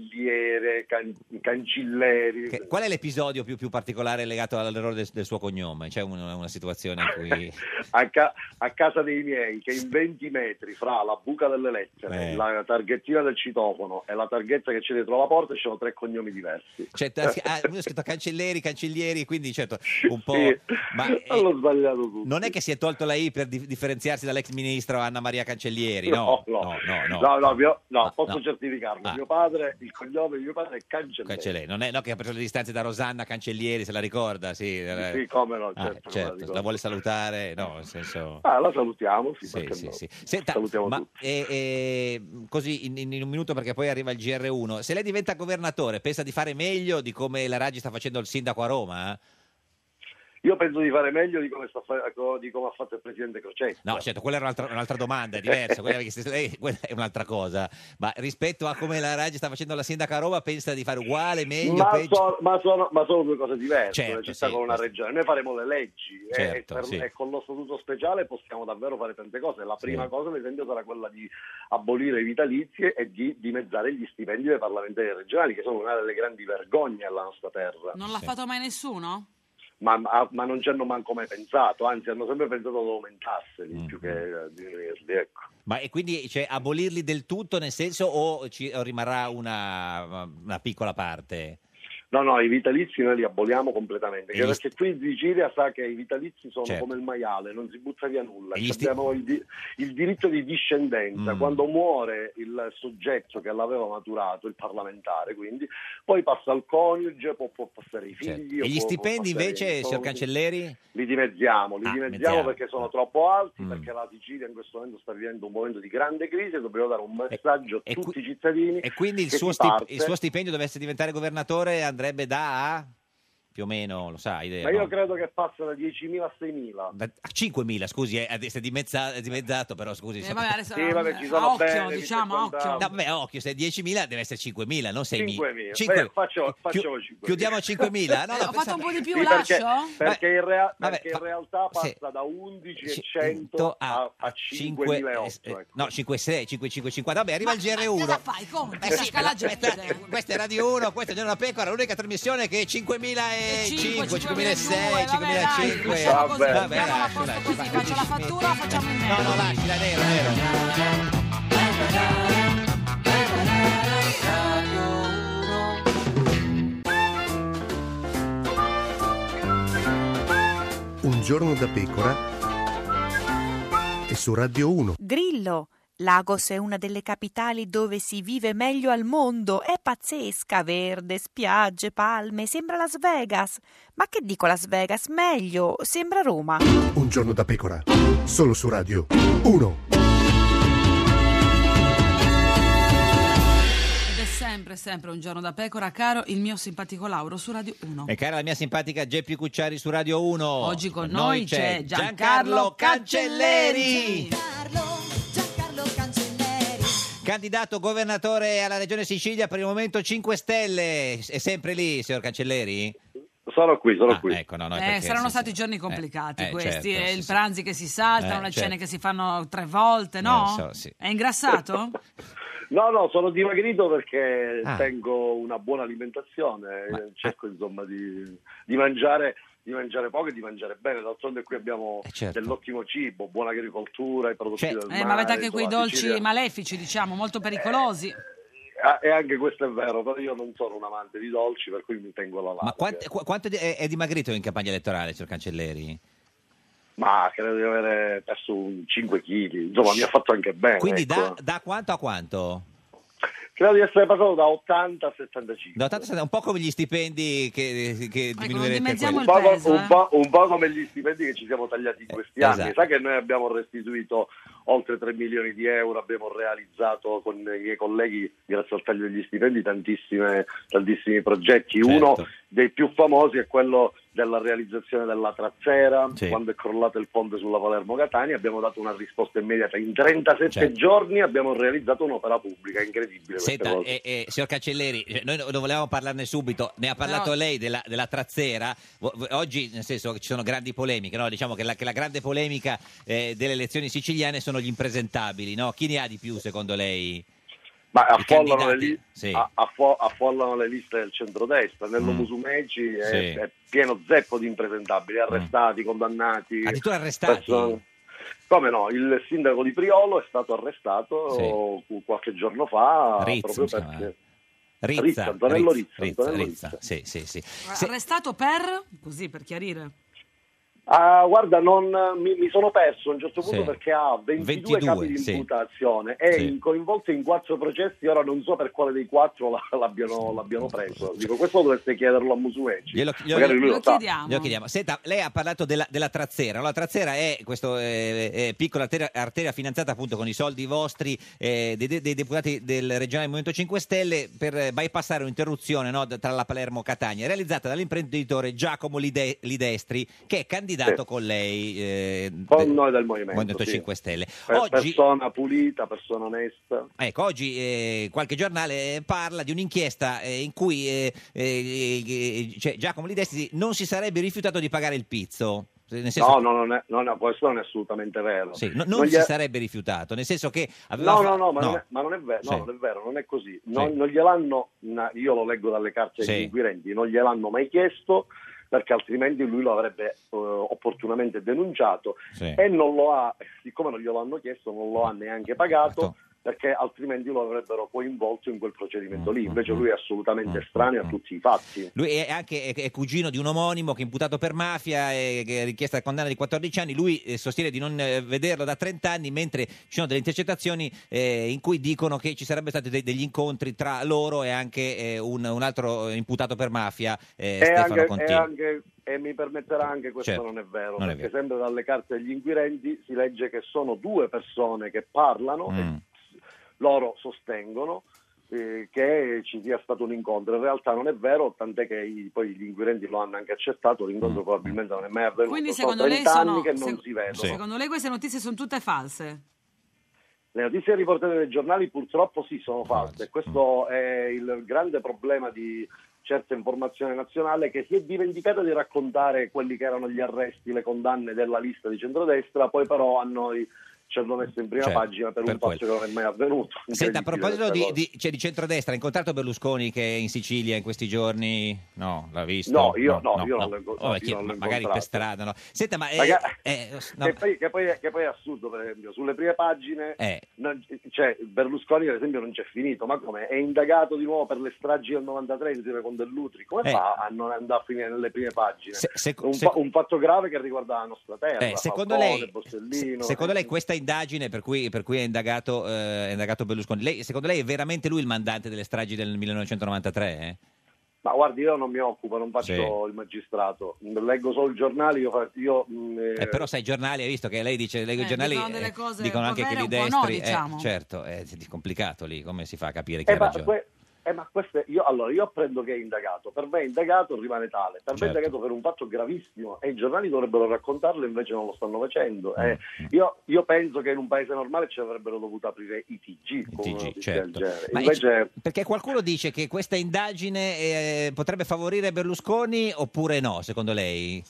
cancelliere, can- cancilleri.
Che- qual è l'episodio più, più particolare legato all'errore del, del suo cognome? C'è un- una situazione in cui...
A, ca- a casa dei miei, che in 20 metri fra la buca delle lettere,
Eh.
la targhettina del citofono e la targhetta che c'è dietro la porta, ci sono tre cognomi diversi.
Cioè, ha- ha- uno ha scritto cancelleri, cancellieri, quindi certo, un po'...
Sì,
Ma eh,
hanno sbagliato tutto.
non è che si è tolto la I per di- differenziarsi dall'ex ministro Anna Maria Cancellieri,
No,
no?
no,
no, no.
No, no, mio- no,
Ah,
posso
no.
certificarlo.
Ah.
Mio padre, il cognome di mio padre è Cancelleri.
Cancelleri. Non è no, che ha preso le distanze da Rosanna Cancellieri, se la ricorda, sì. eh.
Sì, come no,
Ah,
certo,
certo,
me la ricordo.
la vuole salutare, no, nel senso...
Ah, la salutiamo, sì,
Sì,
perché
sì,
no.
sì. Senta,
Salutiamo
ma
tutti.
eh, eh, così in, in- in un minuto perché poi arriva il GR1. Se lei diventa governatore, pensa di fare meglio di come la Raggi sta facendo il sindaco a Roma? eh?
Io penso di fare meglio di come, sta fa- di come ha fatto il presidente Crocetti.
No, certo, quella era un'altra, un'altra domanda, è diversa, quella, che se lei- quella è un'altra cosa. Ma rispetto a come la Raggi sta facendo la sindaca a Roma, pensa di fare uguale, meglio,
ma,
peggio?
so- ma sono, ma sono due cose diverse,
Certo,
una città
sì,
con una
questo-
regione, noi faremo le leggi eh, e-
Certo,
e, per-
sì.
e con lo statuto speciale possiamo davvero fare tante cose, la
Sì.
prima cosa ad esempio sarà quella di abolire i vitalizi e di dimezzare gli stipendi dei parlamentari regionali che sono una delle grandi vergogne alla nostra terra.
Non l'ha fatto mai nessuno?
ma, ma- ma non ci hanno manco mai pensato, anzi hanno sempre pensato ad aumentarseli
Mm-hmm.
più che a diminuirli. Ecco.
Ma e quindi cioè, abolirli del tutto, nel senso, o, ci, o rimarrà una, una piccola parte?
No, no, i vitalizi noi li aboliamo completamente.
E
che
gli
perché qui in Sicilia sa che i vitalizi sono
Certo.
come il maiale, non si butta via nulla.
E gli sti-
Abbiamo il, di- il diritto di discendenza.
Mm.
Quando muore il soggetto che l'aveva maturato, il parlamentare, quindi, poi passa al coniuge, può, può passare ai
Certo.
figli. o
E gli
può- può
stipendi
passare-
invece,
sono-
signor Cancelleri?
Li dimezziamo, li
Ah,
dimezziamo
mettiamo.
perché sono troppo alti,
Mm.
perché la Sicilia in questo momento sta vivendo un momento di grande crisi e dobbiamo dare un messaggio a tutti i cittadini.
E quindi il
che
suo,
si
stip-
parte.
il suo stipendio dovesse diventare governatore andrebbe da a più o meno, lo sa, idea.
Ma io
no?
credo che passa da 10.000 a 6.000.
Da- a 5.000, scusi, eh, adesso è dimezza- è dimezzato, però scusi.
Eh,
so-
vabbè, adesso- Sì, vabbè, ci sono a occhio, bene, diciamo, a occhio.
No, vabbè, occhio, se è 10.000 deve essere 5.000, non 6.000.
5.000.
Cinque-
Beh, faccio, faccio
Chiu-
5.000.
chiudiamo a 5.000? No, no,
Eh, Ho fatto un po' di più,
Sì, perché,
lascio?
perché in, rea-
Vabbè,
perché in
fa-
realtà passa
sì. eh,
da 11.100
100
a, a
cinque-
5.008.
eh, eh, no, 5.6, 5.550. Vabbè, arriva il
Cosa
GR1.
fai? Come?
Eh sì,
la gente.
Questa è Radio 1, questa è Giorno da Pecora, l'unica trasmissione che è 5.005, 5.006, 5.005.
lasciamo così,
Vabbè,
andiamo alla
lasci,
posta
lasci,
così,
vai.
faccio la fattura, facciamo il nero.
No, no, lascila, nero, nero.
Un giorno da pecora e su Radio 1.
Grillo. Lagos è una delle capitali dove si vive meglio al mondo. È pazzesca, verde, spiagge, palme, sembra Las Vegas. Ma che dico Las Vegas? Meglio, sembra Roma.
Un giorno da pecora. Solo su Radio 1.
Ed è sempre, sempre un giorno da pecora, caro il mio simpatico Lauro su Radio 1.
E cara la mia simpatica Geppi Cucciari su Radio 1. Oggi
con noi c'è Giancarlo
Cancelleri,
Giancarlo Cancelleri.
candidato governatore alla Regione Sicilia per il Momento 5 Stelle. È sempre lì, signor Cancelleri?
Sono qui, sono
qui. Ecco, no, no, è
Eh,
perché-
saranno
sì,
stati giorni complicati
eh,
questi,
certo,
eh,
sì,
il
sì.
pranzi che si saltano,
Eh,
le
certo.
cene che si fanno tre volte, no?
Eh, so, sì.
È ingrassato?
No, no, sono dimagrito perché
Ah.
tengo una buona alimentazione, eh, cerco insomma di, di mangiare di mangiare poco e di mangiare bene, d'altronde qui abbiamo
certo.
dell'ottimo cibo, buona agricoltura, i prodotti del mare.
Eh, ma avete anche
insomma,
quei
la
dolci
Sicilia-
malefici, diciamo, molto pericolosi.
Eh,
Ah, E anche questo è vero, però io non sono un amante di dolci, per cui mi tengo alla larga.
Ma quant- qu- quanto di- è, è dimagrito in campagna elettorale, signor Cancelleri?
Ma credo di avere perso un 5 kg, insomma mi ha fatto anche bene.
Quindi
ecco.
da, da quanto a quanto?
Credo di essere passato da 80 a 75.
Da 80, un po' come gli stipendi che, che
Ecco,
diminuirete.
un, po co- un
eh.
po', un po' come gli stipendi che ci siamo tagliati in questi
Eh,
anni.
esatto.
Sai che noi abbiamo restituito oltre 3 milioni di euro, abbiamo realizzato con i miei colleghi, grazie al taglio degli stipendi, tantissime- tantissimi
Certo.
progetti. Uno dei più famosi è quello della realizzazione della trazzera,
Sì.
quando è crollato il ponte sulla Palermo-Catania, abbiamo dato una risposta immediata. In 37
Certo.
giorni abbiamo realizzato un'opera pubblica, è incredibile questa
Senta,
cosa.
eh, eh, signor Cancelleri, eh, noi non volevamo parlarne subito, ne ha parlato
Però-
lei della, della trazzera. Vo- vo- Oggi, nel senso, che ci sono grandi polemiche, no? diciamo che la, che la grande polemica eh, delle elezioni siciliane sono gli impresentabili. No? Chi ne ha di più, secondo lei?
Ma ah,
I
affollano le,
candidati,
li-
sì.
a- affo- affollano le liste del centrodestra. Nello
Mm.
Musumeci è,
Sì. Mm.
è pieno zeppo di impresentabili, arrestati, condannati.
Addirittura arrestati?
persone- Come no, il sindaco di Priolo è stato arrestato qualche giorno fa
Rizzo, eh.
proprio
mi si chiama.
perché...
Rizza,
Rizzo, Antonello
Rizza,
Rizzo, Antonello
Rizza,
Rizzo.
sì, sì, sì.
Arrestato per? Così, per chiarire.
Ah, guarda, non- mi, mi sono perso a un certo punto
Sì.
perché ha 22, capi
22,
di
sì.
imputazione, è
Sì.
in- coinvolto in quattro processi, ora non so per quale dei quattro la- l'abbiano, l'abbiano preso. Dico, questo dovreste chiederlo a Musueci.
Glielo, glielo-
Magari lui
glielo
lo sa.
glielo chiediamo. Senta, lei ha parlato della, della trazzera. no? La trazzera è questa piccola arteria, arteria finanziata appunto con i soldi vostri eh, dei, dei- dei deputati del regionale Movimento 5 Stelle per eh, bypassare un'interruzione no, da- tra la Palermo e Catania, realizzata dall'imprenditore Giacomo Lide- Lidestri, che è candidato
Sì.
con lei. eh,
Con
del-
noi del Movimento.
Movimento
sì.
5 Stelle.
Per-
Oggi-
Persona pulita, persona onesta.
Ecco, oggi eh, qualche giornale eh, parla di un'inchiesta eh, in cui eh, eh, eh, cioè, Giacomo Lidestri non si sarebbe rifiutato di pagare il pizzo. Nel senso
No,
che-
no, non è- non è- questo non è assolutamente vero.
sì, no- non
Non
si
gli è-
sarebbe rifiutato, nel senso che aveva
No,
fra-
no, no, ma, Non, è, ma non è vero, no,
Sì.
non è vero, non è così. Non, non gliel'hanno, na- io lo leggo dalle carte
Sì.
degli inquirenti, non gliel'hanno mai chiesto perché altrimenti lui lo avrebbe eh, opportunamente denunciato
Sì. Certo.
e non lo ha, siccome non glielo hanno chiesto, non lo ha neanche pagato. perché altrimenti lo avrebbero coinvolto in quel procedimento
Mm,
lì. Invece lui è assolutamente estraneo a tutti i fatti.
Lui è anche è- è cugino di un omonimo che è imputato per mafia e che è richiesta la condanna di 14 anni. Lui eh, sostiene di non eh, vederlo da 30 anni, mentre ci sono delle intercettazioni eh, in cui dicono che ci sarebbero stati de- degli incontri tra loro e anche eh, un, un altro eh, imputato per mafia, eh,
E
Stefano
anche- e
Contini.
anche- e mi permetterà anche questo
Certo,
non è vero,
non è
perché sempre dalle carte degli inquirenti si legge che sono due persone che parlano
Mm.
loro sostengono eh, che ci sia stato un incontro. In realtà non è vero, tant'è che i- poi gli inquirenti lo hanno anche accettato,
Mm,
l'incontro probabilmente non è mai avvenuto.
Quindi
sono
secondo lei
30 anni
sono-
che non
se-
si vedono.
Secondo lei queste notizie sono tutte false?
Le notizie riportate nei giornali purtroppo sì
Ah,
sono false. Questo è il grande problema di certa informazione nazionale che si è dimenticata di raccontare quelli che erano gli arresti, le condanne della lista di centrodestra, poi però a noi ci hanno messo in prima
Certo,
pagina per,
per
un fatto che non è mai avvenuto.
Senta, a proposito di,
Incredibile questa cosa.
di, cioè, di centrodestra, ha incontrato Berlusconi che è in Sicilia in questi giorni? No, l'ha visto?
No, io- no, io non l'ho
Oh,
incontrato,
perché
io non l'ho
magari per
incontrato.
strada, no. Senta, ma... eh,
Magari-
eh, no,
Che, poi, che poi è, che poi è assurdo, per esempio, sulle prime pagine
eh,
non- cioè, Berlusconi, per esempio, non c'è finito. Ma come? È indagato di nuovo per le stragi del 93 insieme con Dell'Utri. Come
Eh.
fa a non andare a finire nelle prime pagine?
se- se-
un,
se-
fa- un fatto grave che riguarda la nostra terra.
eh, secondo,
Falcone,
lei,
Borsellino,
se- secondo
eh.
lei questa indagine per cui, per cui è, indagato, eh, è indagato Berlusconi, lei, secondo lei è veramente lui il mandante delle stragi del 1993? eh?
Ma guardi, io non mi occupo, non faccio
Sì.
il magistrato. Leggo solo i giornali, io... fa- io, mm, eh,
Eh, però sai i giornali, hai visto che lei dice, leggo i
Eh,
giornali,
dicono delle
eh,
cose
dicono
un po'
anche che
vere,
li
un po' no,
destri, eh,
diciamo.
certo, è è complicato lì, come si fa a capire chi
Eh,
ha
ma
ragione?
que- eh, ma questo è- io, allora, io apprendo che è indagato, per me è indagato rimane tale, per me è
Certo.
indagato per un fatto gravissimo e i giornali dovrebbero raccontarlo invece non lo stanno facendo.
Mm,
Eh, io, io penso che in un paese normale ci avrebbero dovuto aprire i TG, con una notizia del
certo.
genere.
Ma
Invece
Perché qualcuno dice che questa indagine eh, potrebbe favorire Berlusconi oppure no, secondo lei?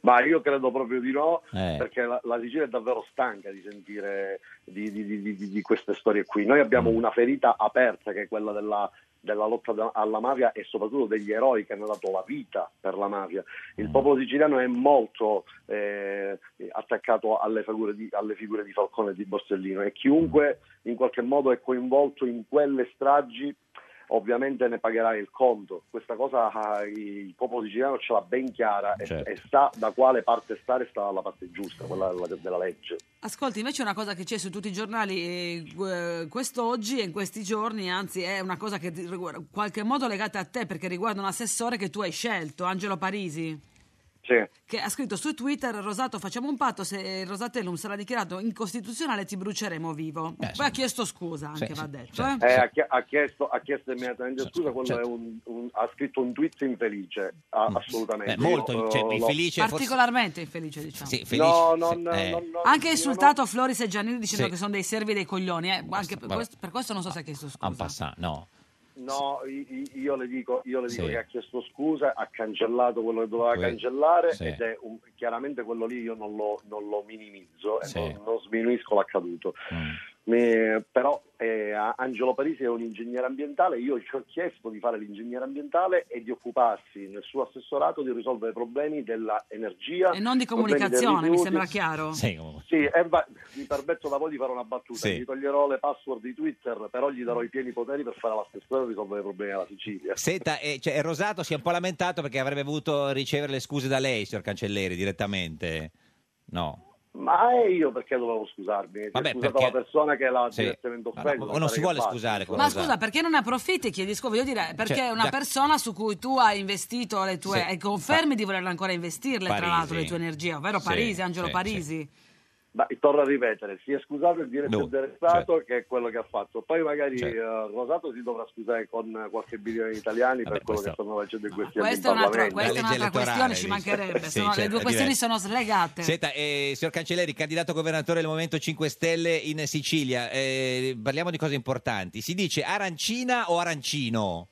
Ma io credo proprio di no,
Eh.
perché la, la Sicilia è davvero stanca di sentire di, di- di- di- di queste storie qui. Noi abbiamo una ferita aperta che è quella della, della lotta da- alla mafia e soprattutto degli eroi che hanno dato la vita per la mafia. Il popolo siciliano è molto eh, attaccato alle figure, di, alle figure di Falcone e di Borsellino e chiunque in qualche modo è coinvolto in quelle stragi ovviamente ne pagherà il conto. Questa cosa ah, il popolo siciliano ce l'ha ben chiara e-
Certo.
e, sa da quale parte stare e sta dalla parte giusta, quella della, della legge.
Ascolti, invece una cosa che c'è su tutti i giornali eh, gu- eh, quest'oggi e in questi giorni, anzi è una cosa che ti riguarda- in qualche modo legata a te perché riguarda un assessore che tu hai scelto, Angelo Parisi,
Sì.
che ha scritto su Twitter Rosato facciamo un patto, se il Rosatellum sarà dichiarato incostituzionale ti bruceremo vivo. Poi ha chiesto scusa anche,
Eh, Sì,
va
sì,
detto.
Eh,
eh.
ha, chie- ha chiesto, ha chiesto immediatamente scusa, quello
certo.
è un- un- ha scritto un tweet infelice, a- assolutamente.
Mm. Beh, molto,
Io,
cioè,
eh, lo-
infelice forse-
Particolarmente infelice diciamo.
Sì, felice,
No,
sì,
non-
eh.
non- non-
Anche insultato Floris e Giannini dicendo
Sì.
che sono dei servi e dei coglioni, eh. anche per
vabbè.
questo, per questo non so se ha chiesto scusa.
En passant, no.
No, i- i- io le dico, io le dico
Sì.
che ha chiesto scusa, ha cancellato quello che doveva
Que-
cancellare
sì.
ed è un- chiaramente quello lì io non lo, non lo minimizzo e
Sì.
non, non sminuisco l'accaduto.
Mm.
Mi- però eh, a- Angelo Parisi è un ingegnere ambientale, io ci ho chiesto di fare l'ingegnere ambientale e di occuparsi nel suo assessorato di risolvere i problemi dell'energia
E non di
problemi dei
comunicazione, mi
rifiuti.
sembra chiaro.
Sì, comunque.
Sì, e va- mi permetto da voi di fare una battuta,
Sì.
gli toglierò le password di Twitter, però gli darò i pieni poteri per fare la stessa e risolvere i problemi della Sicilia.
Senta, eh, cioè, e Rosato si è un po' lamentato perché avrebbe voluto ricevere le scuse da lei, signor Cancelleri, direttamente. No.
Ma eh, io perché dovevo scusarmi? Si è
Vabbè,
scusato
perché-
la persona che l'ha
Sì.
direttamente
Ma no,
offeso.
o
mi
non
pare
si
che
vuole
basta.
scusare con
Ma
Rosato.
scusa, perché non approfitti e chiedi scusa? Voglio dire, perché
Cioè,
è una
già-
persona su cui tu hai investito le tue.
Sì.
e confermi di volerla ancora investirle,
Parisi.
tra l'altro, le tue energie, ovvero
Sì,
Parisi, Angelo
sì,
Parisi.
Ma torno a ripetere, si è scusato il direttore
No,
interessato che è quello che ha fatto. Poi magari
Certo.
eh, Rosato si dovrà scusare con eh, qualche milione di italiani per quello
questo-
che stanno facendo in questi anni in
Questa è un'altra,
Parlamento.
questa è un'altra
legge
questione, ci
elettorale,
mancherebbe.
sì,
sono-
certo,
le due
è
questioni
diverso.
sono slegate.
Senta, eh, signor Cancelleri, candidato governatore del Movimento 5 Stelle in Sicilia, eh, parliamo di cose importanti. Si dice arancina o arancino?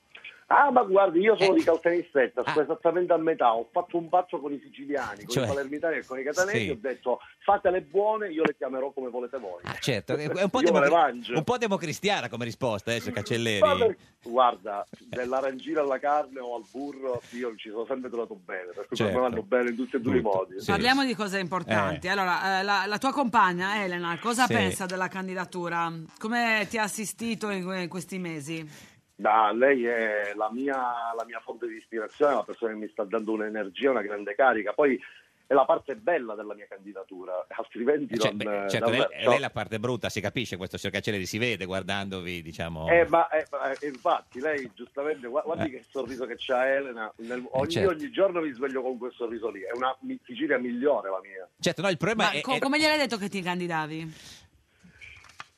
Ah, ma guardi, io
Eh.
sono di Caltanissetta, sono esattamente a metà. Ho fatto un patto con i siciliani, con
Ah. Cioè-
i palermitani e con i catanesi.
Sì.
Ho detto fatele buone, io le chiamerò come volete voi.
Certo, è un po',
Io me le
democri-
mangio.
un po' democristiana come risposta, adesso
Ma
Cancelleri.
per- Guarda, dell'arancina alla carne o al burro, io ci sono sempre trovato bene, per cui
Certo.
per me vanno bene in tutti e due i modi.
Parliamo di cose importanti. Allora, eh, la, la tua compagna Elena, cosa
Sì.
pensa della candidatura? Come ti ha assistito in, que- in questi mesi?
Da, lei è la mia, la mia fonte di ispirazione, la persona che mi sta dando un'energia, una grande carica. Poi è la parte bella della mia candidatura, altrimenti
Cioè,
non...
beh,
eh,
certo, lei,
davvero-
lei è la parte brutta, si capisce questo, signor Cancelleri, si vede guardandovi, diciamo...
Eh, ma eh, ma, eh, infatti lei giustamente gua- guardi che sorriso che c'ha Elena nel- ogni,
Eh. certo.
ogni giorno mi sveglio con quel sorriso lì è una mi- Sicilia migliore la mia
Certo, no, il problema
Ma
è...
co-
è-
come gliel'hai detto che ti candidavi?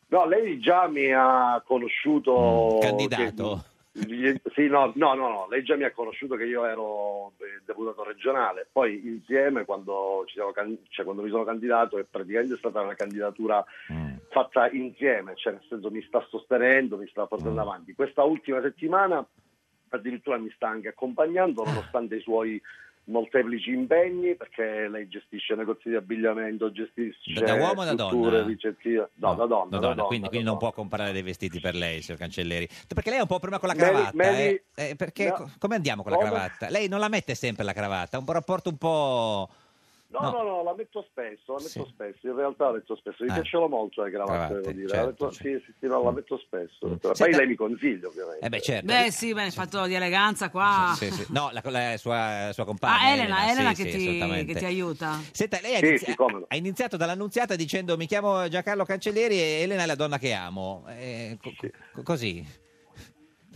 no lei già mi ha conosciuto
Mm, candidato.
che- gli- sì no, no no no lei già mi ha conosciuto che io ero eh, deputato regionale poi insieme quando, ci siamo can- cioè, quando mi sono candidato è praticamente stata una candidatura
Mm.
fatta insieme, cioè nel senso mi sta sostenendo, mi sta portando
Mm.
avanti. Questa ultima settimana addirittura mi sta anche
Ah.
accompagnando nonostante i suoi molteplici impegni perché lei gestisce negozi di abbigliamento, gestisce
Da uomo o da
strutture
donna?
ricettive. No,
No,
da donna, da
donna,
donna.
quindi, quindi non può comprare dei vestiti per lei, signor Cancelleri. Perché lei ha un po' un problema con la
Mary-
cravatta,
Mary-
eh? Eh, perché
no.
co- come andiamo con la
Come?
cravatta? Lei non la mette sempre la cravatta, ha un po' rapporto un po'...
No,
No.
no, no, la metto spesso, la metto
Sì.
spesso, in realtà la metto spesso, mi
Ah.
piacciono molto le cravatte,
Cravatte,
devo dire,
certo, Mm.
la, metto, sì, sì, sì, no, la metto spesso, poi
Senta-
lei mi consiglia ovviamente.
Eh beh, certo.
Beh, sì, beh, il fatto di eleganza qua.
Sì, sì. No, la, la sua, sua compagna.
Ah, Elena,
sì,
Elena
sì,
che, ti,
assolutamente.
che ti aiuta.
Senta, lei ha, inizi- ha iniziato dall'annunziata dicendo mi chiamo Giancarlo Cancelleri e Elena è la donna che amo. Eh, co- co- così.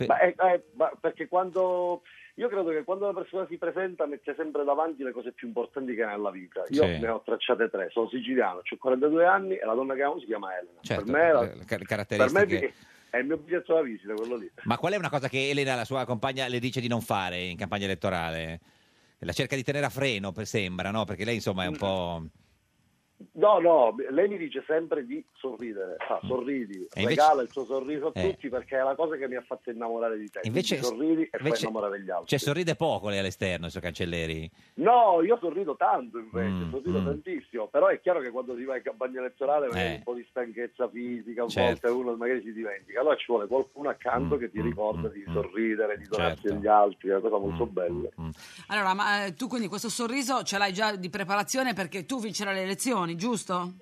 Ma, eh, eh, ma perché quando io credo che quando una persona si presenta mette sempre davanti le cose più importanti che ha nella vita. Io
Sì.
ne ho tracciate tre, sono siciliano, ho 42 anni e la donna che amo si chiama Elena.
Certo,
per me, la-
le- le car-
per me
caratteristiche.
è il mio biglietto da visita quello lì.
Ma qual è una cosa che Elena, la sua compagna, le dice di non fare in campagna elettorale? La cerca di tenere a freno, per- sembra, no? Perché lei, insomma, è
Mm.
un po'...
No, no, lei mi dice sempre di sorridere, Ah, sorridi,
E invece-
regala il tuo sorriso a
Eh.
tutti perché è la cosa che mi ha fatto innamorare di te.
Invece-
Quindi sorridi e fai
invece-
innamorare degli altri.
Cioè, sorride poco lei all'esterno, suoi cancelleri.
No, io sorrido tanto invece,
Mm,
sorrido
mm.
tantissimo, però è chiaro che quando si va in campagna elettorale magari
Eh.
un po' di stanchezza fisica, un
Certo. Mm,
volta uno magari si dimentica, allora ci vuole qualcuno accanto che ti ricorda di sorridere, di donarsi
Certo. Mm,
agli altri, è una cosa molto bella.
Allora, ma eh, tu quindi questo sorriso ce l'hai già di preparazione perché tu vincerai le elezioni, giusto?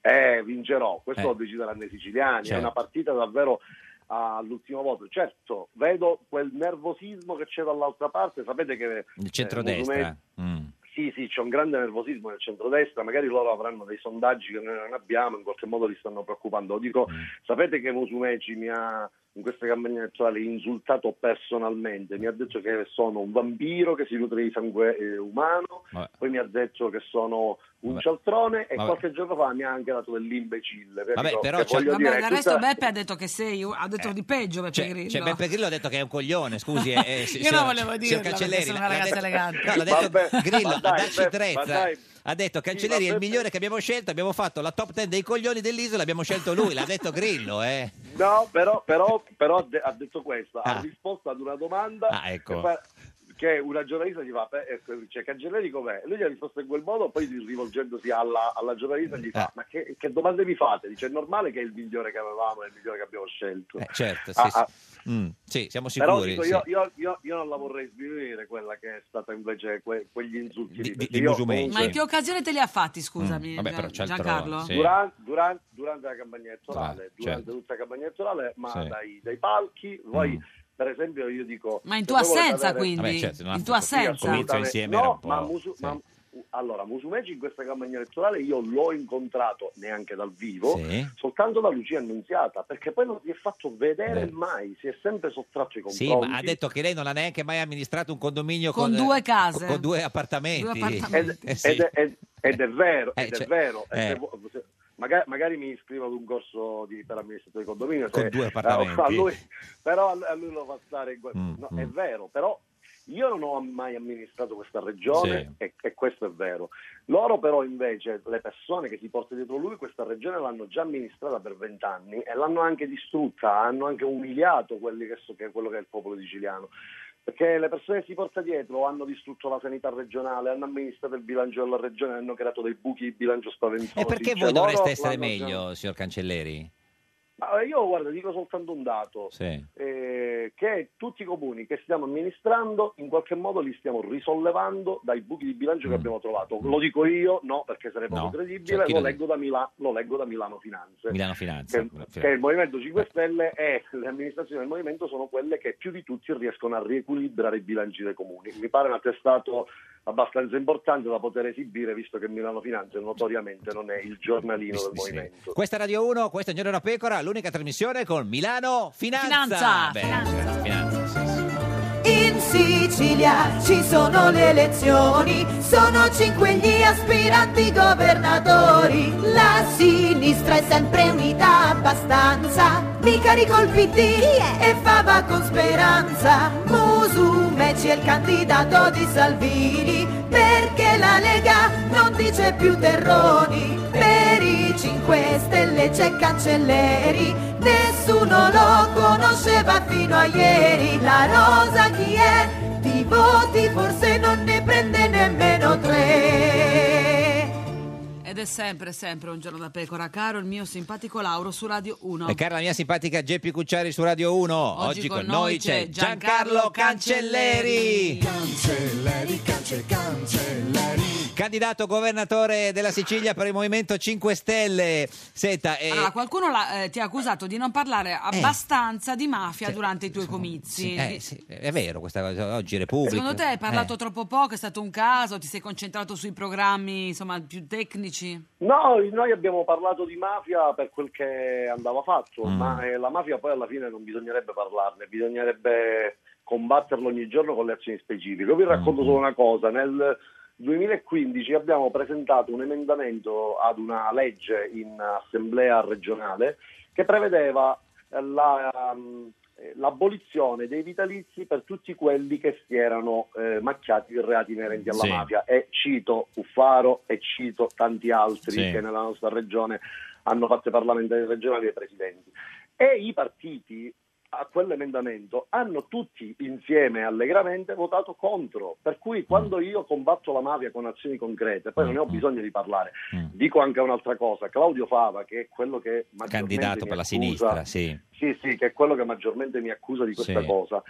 Eh, vincerò, questo
Eh.
lo decideranno i siciliani,
Certo.
è una partita davvero all'ultimo voto. Certo, vedo quel nervosismo che c'è dall'altra parte, sapete che...
Il
eh,
centrodestra.
Monumenti- Sì, sì, c'è un grande nervosismo nel centrodestra, magari loro avranno dei sondaggi che noi non abbiamo, in qualche modo li stanno preoccupando. Lo
Mm.
Dico, sapete che Musumeci mi ha in questa campagna elettorale insultato personalmente, mi ha detto che sono un vampiro che si nutre di sangue eh, umano,
Vabbè.
poi mi ha detto che sono un
Vabbè.
cialtrone e
Vabbè.
qualche giorno fa mi ha anche dato dell'imbecille.
Vabbè,
capito?
però
Che
c'è-
voglio
Vabbè,
dire,
Beh, del resto
tutta-
Beppe ha detto che sei, ha detto di peggio Beppe Grillo.
Cioè, Eh. Beppe Grillo ha detto che è un coglione, scusi. eh, eh, sì,
Io
signor-
non volevo
signor
dirlo, perché
Cancelleri,
sono una
l'ha
ragazza
detto-
elegante.
No, l'ha detto
Vabbè,
Grillo,
ma
a
dai,
darci
Beppe, ma
trezza.
dai.
Ha detto
ma
Cancelleri è il
Beppe-
migliore che abbiamo scelto, abbiamo fatto la top ten dei coglioni dell'isola, abbiamo scelto lui, l'ha detto Grillo, eh.
No, però, però, però ha de- ha detto questo,
Ah.
ha risposto ad una domanda
Ah, ecco.
che, fa- che una giornalista gli fa, beh, ecco, dice Cancelleri com'è? Lui gli ha risposto in quel modo, poi rivolgendosi alla, alla giornalista gli fa,
Ah.
ma che, che domande mi fate? Dice, è normale che è il migliore che avevamo, è il migliore che abbiamo scelto.
Eh, certo, sì,
Ah,
sì.
ah.
Mm, sì, siamo
Però
sicuri.
dico,
sì.
io, io- io- io non la vorrei sminuire quella che è stata invece que- quegli insulti lì, perché
di
io
Musumeci.
Ma in che occasione te li ha fatti, scusami,
Mm, vabbè,
Gian-
però c'è il
Giancarlo?
trono, sì.
Duran- duran- durante la campagna elettorale,
Tra-
durante
certo.
tutta la campagna elettorale, ma
Sì.
dai, dai palchi, voi
Mm.
per esempio io dico...
Ma in
se
tua
voi volete
assenza, quindi?
Vabbè, certo, no,
in tua
sì,
assenza?
al comizio insieme era un
No,
po',
ma, Musu-
sì.
ma- allora, Musumeci in questa campagna elettorale io l'ho incontrato neanche dal vivo,
Sì.
soltanto da Lucia Annunziata, perché poi non si è fatto vedere
Beh.
mai, si è sempre sottratto ai confronti.
Sì, ma ha detto che lei non ha neanche mai amministrato un condominio
Con
con,
due
eh,
case.
con, con due appartamenti.
Due
ed,
appartamenti.
Eh, sì.
ed- ed- ed è vero,
Eh,
ed
cioè,
è vero. e
eh.
se vo- se- Magari, magari mi iscrivo ad un corso di, per amministratore di condominio
Con
se-
due
eh,
appartamenti.
a lui- però a lui, a lui lo fa stare in que-
Mm,
no,
mm.
è vero però Io non ho mai amministrato questa regione
Sì.
e, e questo è vero. Loro però invece, le persone che si portano dietro lui, questa regione l'hanno già amministrata per vent'anni e l'hanno anche distrutta, hanno anche umiliato quelli che so- che- quello che è il popolo siciliano. Perché le persone che si porta dietro hanno distrutto la sanità regionale, hanno amministrato il bilancio della regione, hanno creato dei buchi di bilancio spaventosi.
E perché
Cioè,
voi dovreste
loro
essere
l'hanno già-
meglio, signor Cancelleri?
Ma eh, io guarda, dico soltanto un dato,
Sì.
eh, che tutti i comuni che stiamo amministrando in qualche modo li stiamo risollevando dai buchi di bilancio che abbiamo trovato. Lo dico io, no, perché sarebbe
Mm. No,
poco
cioè,
credibile,
chi
lo,
lo
leggo da Mila- lo leggo da Milano Finanze.
Milano Finanza.
Che, che il Movimento 5 Stelle e le amministrazioni del Movimento sono quelle che più di tutti riescono a riequilibrare i bilanci dei comuni. Mi pare un attestato abbastanza importante da poter esibire, visto che Milano Finanze notoriamente non è il giornalino del Movimento.
Questa è Radio 1, questa è Giorno da Pecora, l'unica trasmissione con Milano Finanza.
Finanza,
Beh, Finanza, sì, sì.
In Sicilia ci sono le elezioni, sono cinque gli aspiranti governatori. La sinistra è sempre unita abbastanza, mica col PD e fava con speranza. Musumeci è il candidato di Salvini, perché la Lega non dice più terroni. Per i 5 Stelle c'è Cancelleri, nessuno lo conosceva fino a ieri. La rosa chi è? Di voti forse non ne prende nemmeno tre.
Ed è sempre, sempre un giorno da pecora, caro il mio simpatico Lauro su Radio 1.
E cara la mia simpatica Geppi Cucciari su Radio 1, oggi, con noi c'è Giancarlo Cancelleri.
Cancelleri, cancelleri.
Candidato governatore della Sicilia per il Movimento 5 Stelle. Senta, eh,
Allora, qualcuno l'ha, eh, ti ha accusato di non parlare abbastanza di mafia durante i tuoi comizi.
eh, sì, è vero questa cosa, oggi Repubblica.
Secondo te hai parlato
Eh.
troppo poco? È stato un caso? Ti sei concentrato sui programmi insomma più tecnici?
No, noi abbiamo parlato di mafia per quel che andava fatto, ma eh, la mafia poi alla fine non bisognerebbe parlarne, bisognerebbe combatterla ogni giorno con le azioni specifiche. Io vi racconto solo una cosa, nel 2015 abbiamo presentato un emendamento ad una legge in assemblea regionale che prevedeva eh, la, ehm, eh, l'abolizione dei vitalizi per tutti quelli che si erano eh, macchiati di reati inerenti alla
Sì.
mafia e cito Uffaro e cito tanti altri
Sì.
che nella nostra regione hanno fatto i parlamentari regionali e i presidenti e i partiti a quell'emendamento hanno tutti insieme allegramente votato contro per cui
Mm.
quando io combatto la mafia con azioni concrete poi non ne ho bisogno di parlare
Mm.
dico anche un'altra cosa Claudio Fava che è quello che maggiormente
Candidato
mi
per la
accusa-
sinistra, sì.
sì, sì, che è quello che maggiormente mi accusa di questa
Sì.
cosa.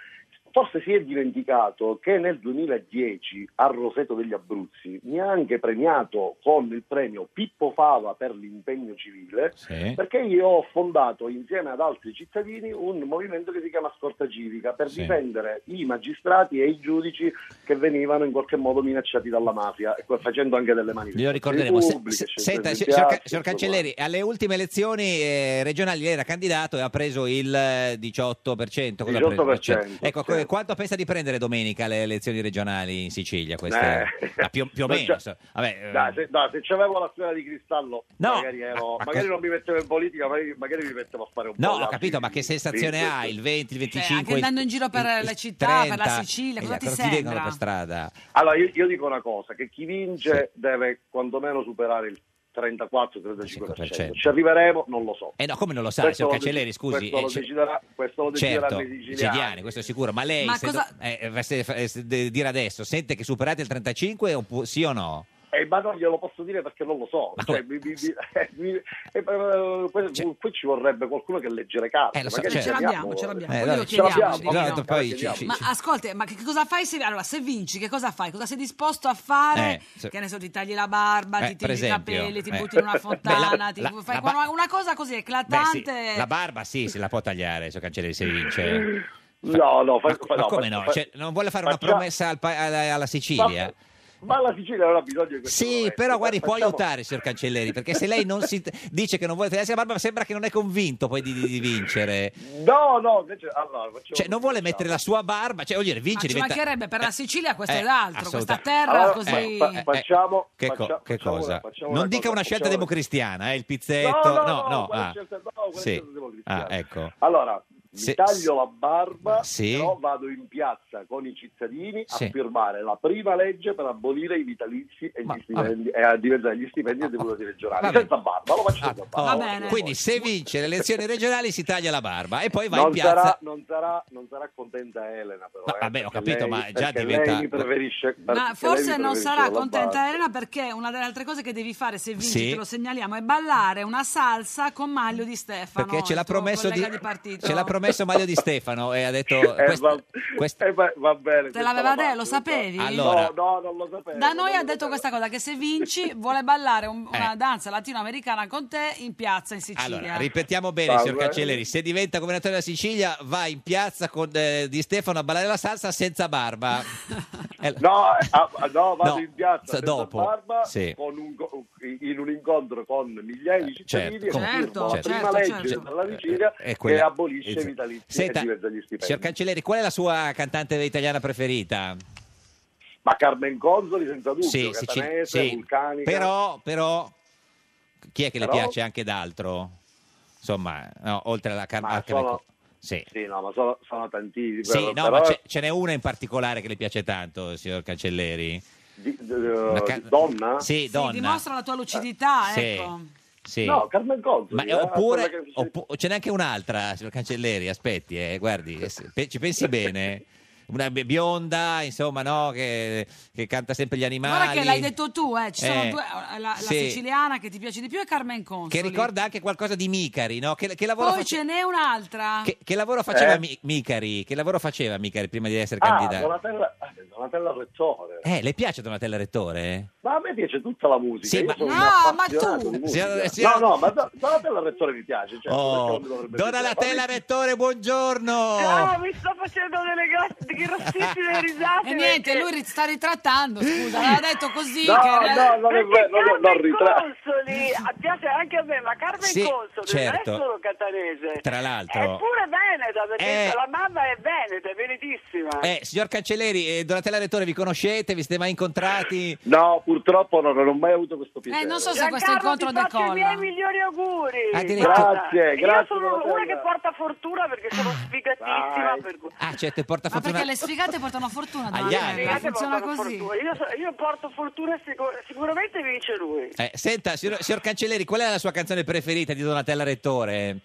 Forse si è dimenticato che nel 2010 a Roseto degli Abruzzi mi ha anche premiato con il premio Pippo Fava per l'impegno civile,
Sì.
perché io ho fondato insieme ad altri cittadini un movimento che si chiama Scorta Civica per
Sì.
difendere i magistrati e i giudici che venivano in qualche modo minacciati dalla mafia, e que- facendo anche delle manifestazioni.
Glielo ricorderemo. Se-
pubbliche, cioè,
se-
scelte
senta,
di
signor, signor Ca-
piazza,
signor
tutto
Cancelleri, alle ultime elezioni eh, regionali lei era candidato e ha preso il eh, 18%. cosa ha preso?
18%,
Ecco,
sì.
co- quanto pensa di prendere domenica le elezioni regionali in Sicilia? Queste?
Eh.
Ah, più, più o
Non
meno.
c'è-
so- vabbè, eh,
Dai, se, dai, se c'avevo la sfera di cristallo,
No,
magari, ero-
ma- ma
magari
cosa-
non mi mettevo in politica, magari, magari mi mettevo a fare un
No,
po'.
ho
la-
capito, ma che sensazione
sì,
ha il 20, il 25?
Cioè, anche
il-
andando in giro per
il-
le
il
città, per la
30?
Sicilia, cosa
Eh,
ti
ti dicono
sembra?
per strada?
Allora, io, io dico una cosa, che chi vince deve quantomeno superare il 34-35%. Ci arriveremo, non lo so.
Eh no, come non lo sa,
Questo
signor
lo dec-
Cancelleri, scusi.
Questo,
eh,
lo,
cioè-
deciderà, questo lo decideranno
Certo,
i siciliani.
siciliani, questo è sicuro, ma lei
Ma
se
cosa-
do- eh, eh, se- eh, se- de- dire adesso, sente che superate il 35 oppo- sì o no?
Eh, ma non glielo posso dire perché non lo so. Cioè, mi- mi- mi- eh, mi- eh, eh, que- qui ci vorrebbe qualcuno che legge le carte.
Cioè Eh, lo so,
magari
certo.
Ce l'abbiamo, ce l'abbiamo. Poi glielo
allora,
chiediamo,
allora,
sì, no.
allora, poi ci- ci-
Ma
ci-
ascolta, ma che cosa fai se, allora, se vinci? Che cosa fai? Cosa sei disposto a fare?
Eh, se-
Che ne so, ti tagli la barba,
Eh,
ti
per
tiri i
esempio,
capelli, ti
eh.
butti in una fontana,
Beh, la-
ti-
la-
fai
la ba-
una- una cosa così
beh, sì,
eclatante.
la barba sì, se la può tagliare, se cancelleri se vince.
No, no, fa-
Cioè, ma,
fa-
ma
no,
come
fa-
no?
fa-
Cioè, non vuole fare una
faccia-
promessa al pa- alla, alla Sicilia?
Ma la Sicilia non ha bisogno di questo.
Sì,
momento.
però guardi, può
Facciamo-
aiutare, signor Cancelleri, perché se lei non si dice che non vuole tagliarsi la barba, sembra che non è convinto poi di, di- di vincere.
No, no, invece allora facciamo
Cioè, non vuole mettere la sua barba, cioè, voglio dire,
Ma
vince
ci
diventa...
mancherebbe per la Sicilia questo
eh,
ed altro, questa
assolutamente. Eh,
terra
Allora,
così.
fa- fa- facciamo
Che, co-
faccia-
che
facciamo
cosa?
una- facciamo
non
una
dica
cosa,
una scelta
facciamo-
democristiana, eh, il pizzetto.
No, no, no, quella
ah.
scelta- no, quella
Sì.
scelta democristiana.
Ah, ecco.
Allora, mi
Se-
taglio la barba,
Sì.
però vado in piazza con i cittadini
Sì.
a firmare la prima legge per abolire i vitalizi e, gli
vabbè.
stipendi, e a diventare gli stipendi e deputati regionali.
Vabbè.
Senza barba, lo faccio senza barba.
Oh, Quindi se vince le elezioni regionali si taglia la barba e poi va in
non,
piazza.
sarà, non, sarà, non sarà contenta Elena, però.
Ma
eh,
vabbè, ho
perché
capito,
lei-
ma già
perché
diventa-
lei mi preferisce- perché
Ma forse
lei mi
non
preferisce
sarà
la barba.
contenta Elena perché una delle altre cose che devi fare se vinci,
Sì.
te lo segnaliamo, è ballare una salsa con Maglio di Stefano.
Perché ce
il
l'ha
tuo
promesso
collega
di-
partito.
Ce l'ha promesso Mario Di Stefano e ha detto...
Eh,
quest-
va-
quest-
eh, va, va bene.
Te
questa
l'aveva
la
detto, lo
faccio,
sapevi?
Allora-
No, no, non lo sapevo.
Da noi ha detto questa cosa che se vinci vuole ballare un- una
Eh.
danza latinoamericana con te in piazza in Sicilia.
Allora, ripetiamo bene,
Salve.
signor Cancelleri, se diventa governatore della Sicilia va in piazza con eh, Di Stefano a ballare la salsa senza barba. Eh,
No, eh, ah, ah, no, vado
No,
in piazza
sa-
senza
dopo,
barba
sì.
con un co- in un incontro con migliaia di cittadini
certo,
e
con-
firmo la
certo,
prima
certo,
legge
certo.
per la Sicilia
Eh, eh,
che
quella-
abolisce i
eh,
vitalizi
senta,
e diversa gli stipendi.
Signor Cancelleri, qual è la sua cantante italiana preferita?
Ma Carmen Consoli senza dubbio,
Sì, sì, ci-
catanese,
sì.
vulcanica.
Però, però, chi è che le
Però?
piace anche d'altro? Insomma, no, oltre alla Car-
Ma
a Carmen
sono,
Co- Sì.
sì, no, ma sono, sono tantissimi.
Sì, no,
però-
ma c'è- ce n'è una in particolare che le piace tanto, signor Cancelleri.
di- eh, di-
Una ca-
donna?
Sì,
Sì,
donna. Eh,
dimostra la tua lucidità,
Sì.
ecco.
Sì.
No, Carmen Consoli.
Ma
eh,
eh, oppure,
quella che-
oppo- ce n'è anche un'altra, signor Cancelleri, aspetti, eh, guardi, eh, se- pe- ci pensi bene. Una bi- bionda, insomma, no, che, che canta sempre gli animali.
Guarda che l'hai detto tu, eh, ci sono
Eh,
due, la, la
sì.
siciliana che ti piace di più è Carmen Consoli.
Che ricorda anche qualcosa di Micari, no? Che, che lavoro,
Poi
face-
ce n'è un'altra.
che, che lavoro faceva
Eh?
Mi- Micari? Che lavoro faceva Micari prima di essere
Ah,
candidato?
Donatella, ah, Donatella Rettore.
Eh, le piace Donatella Rettore?
Ma a me piace tutta la musica.
Sì,
Io
ma-
sono
No,
un
ma
appassionato
tu-
di musica.
Signora- signora-
No, no, ma Do- Donatella Rettore mi piace. Cioè,
Oh,
perché non mi dovrebbe
Donatella
piacere?
Rettore, buongiorno!
Ah, mi sto facendo delle gra- grossissime risate.
Oh. E niente, lui ri- sta ritrattando, scusa, l'ha detto così.
No,
che-
no, non è vero, non, non,
Carmen
ritra-
Consoli, ah, piace anche a me, ma Carmen
Sì,
Consoli
certo.
non è solo catanese.
Tra l'altro-
È pure veneta, perché
Eh.
la mamma è veneta, è venetissima.
Eh, signor Cancelleri, eh, Donatella Rettore, vi conoscete? Vi siete mai incontrati?
No, purtroppo non, non ho mai avuto questo piacere.
Eh, non so se
Giancarlo,
questo incontro
ti faccio
decolla.
i miei migliori auguri.
Addirittura.
Guarda,
Grazie, grazie,
Io sono una
Donatella.
che porta fortuna perché sono sfigatissima.
Vai.
Per... cui-
Ah, certo, porta
Ma
fortuna.
perché le sfigate portano fortuna,
Agli altri.
Donatella,
Sfigate
funziona
portano
così.
fortuna. Io, so- io porto fortuna sicur- sicuramente vince lui.
Eh, senta, signor, signor Cancelleri, qual è la sua canzone preferita di Donatella Rettore?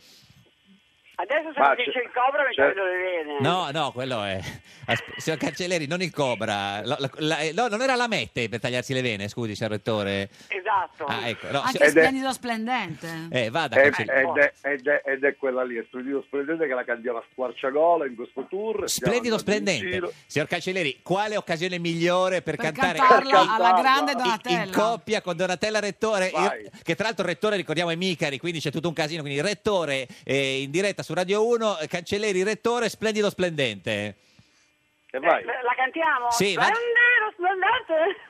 Adesso se
Ma
mi
c'è-
dice il cobra mi
c'è-
taglio le
Eh.
vene.
No, no, quello è. Aspe- signor Cancelleri, non il Cobra. La- la- la- eh, no, non era la Mette per tagliarsi le vene, scusi, signor Rettore.
Esatto.
Ah, ecco. no,
Anche
signor-
Ed è-
splendido splendente.
eh, vada,
Ed,
Cancelleri.
ed è, ed è- ed è quella lì, è Splendido Splendente che la candiamo a squarciagola in questo tour. stiamo
Splendido,
andando in
splendente.
giro.
Signor Cancelleri, quale occasione migliore per,
Per
cantare
cantarla
in-
alla grande
in- in,
Donatella.
coppia con Donatella Rettore?
Vai.
Il- che tra l'altro il Rettore, ricordiamo, è Micari, quindi c'è tutto un casino. Quindi il Rettore eh, in diretta su Radio 1, eh, Cancelleri, Rettore, Splendido, splendente.
E
Eh,
vai.
La cantiamo?
Sì, va-
Splendero, splendente.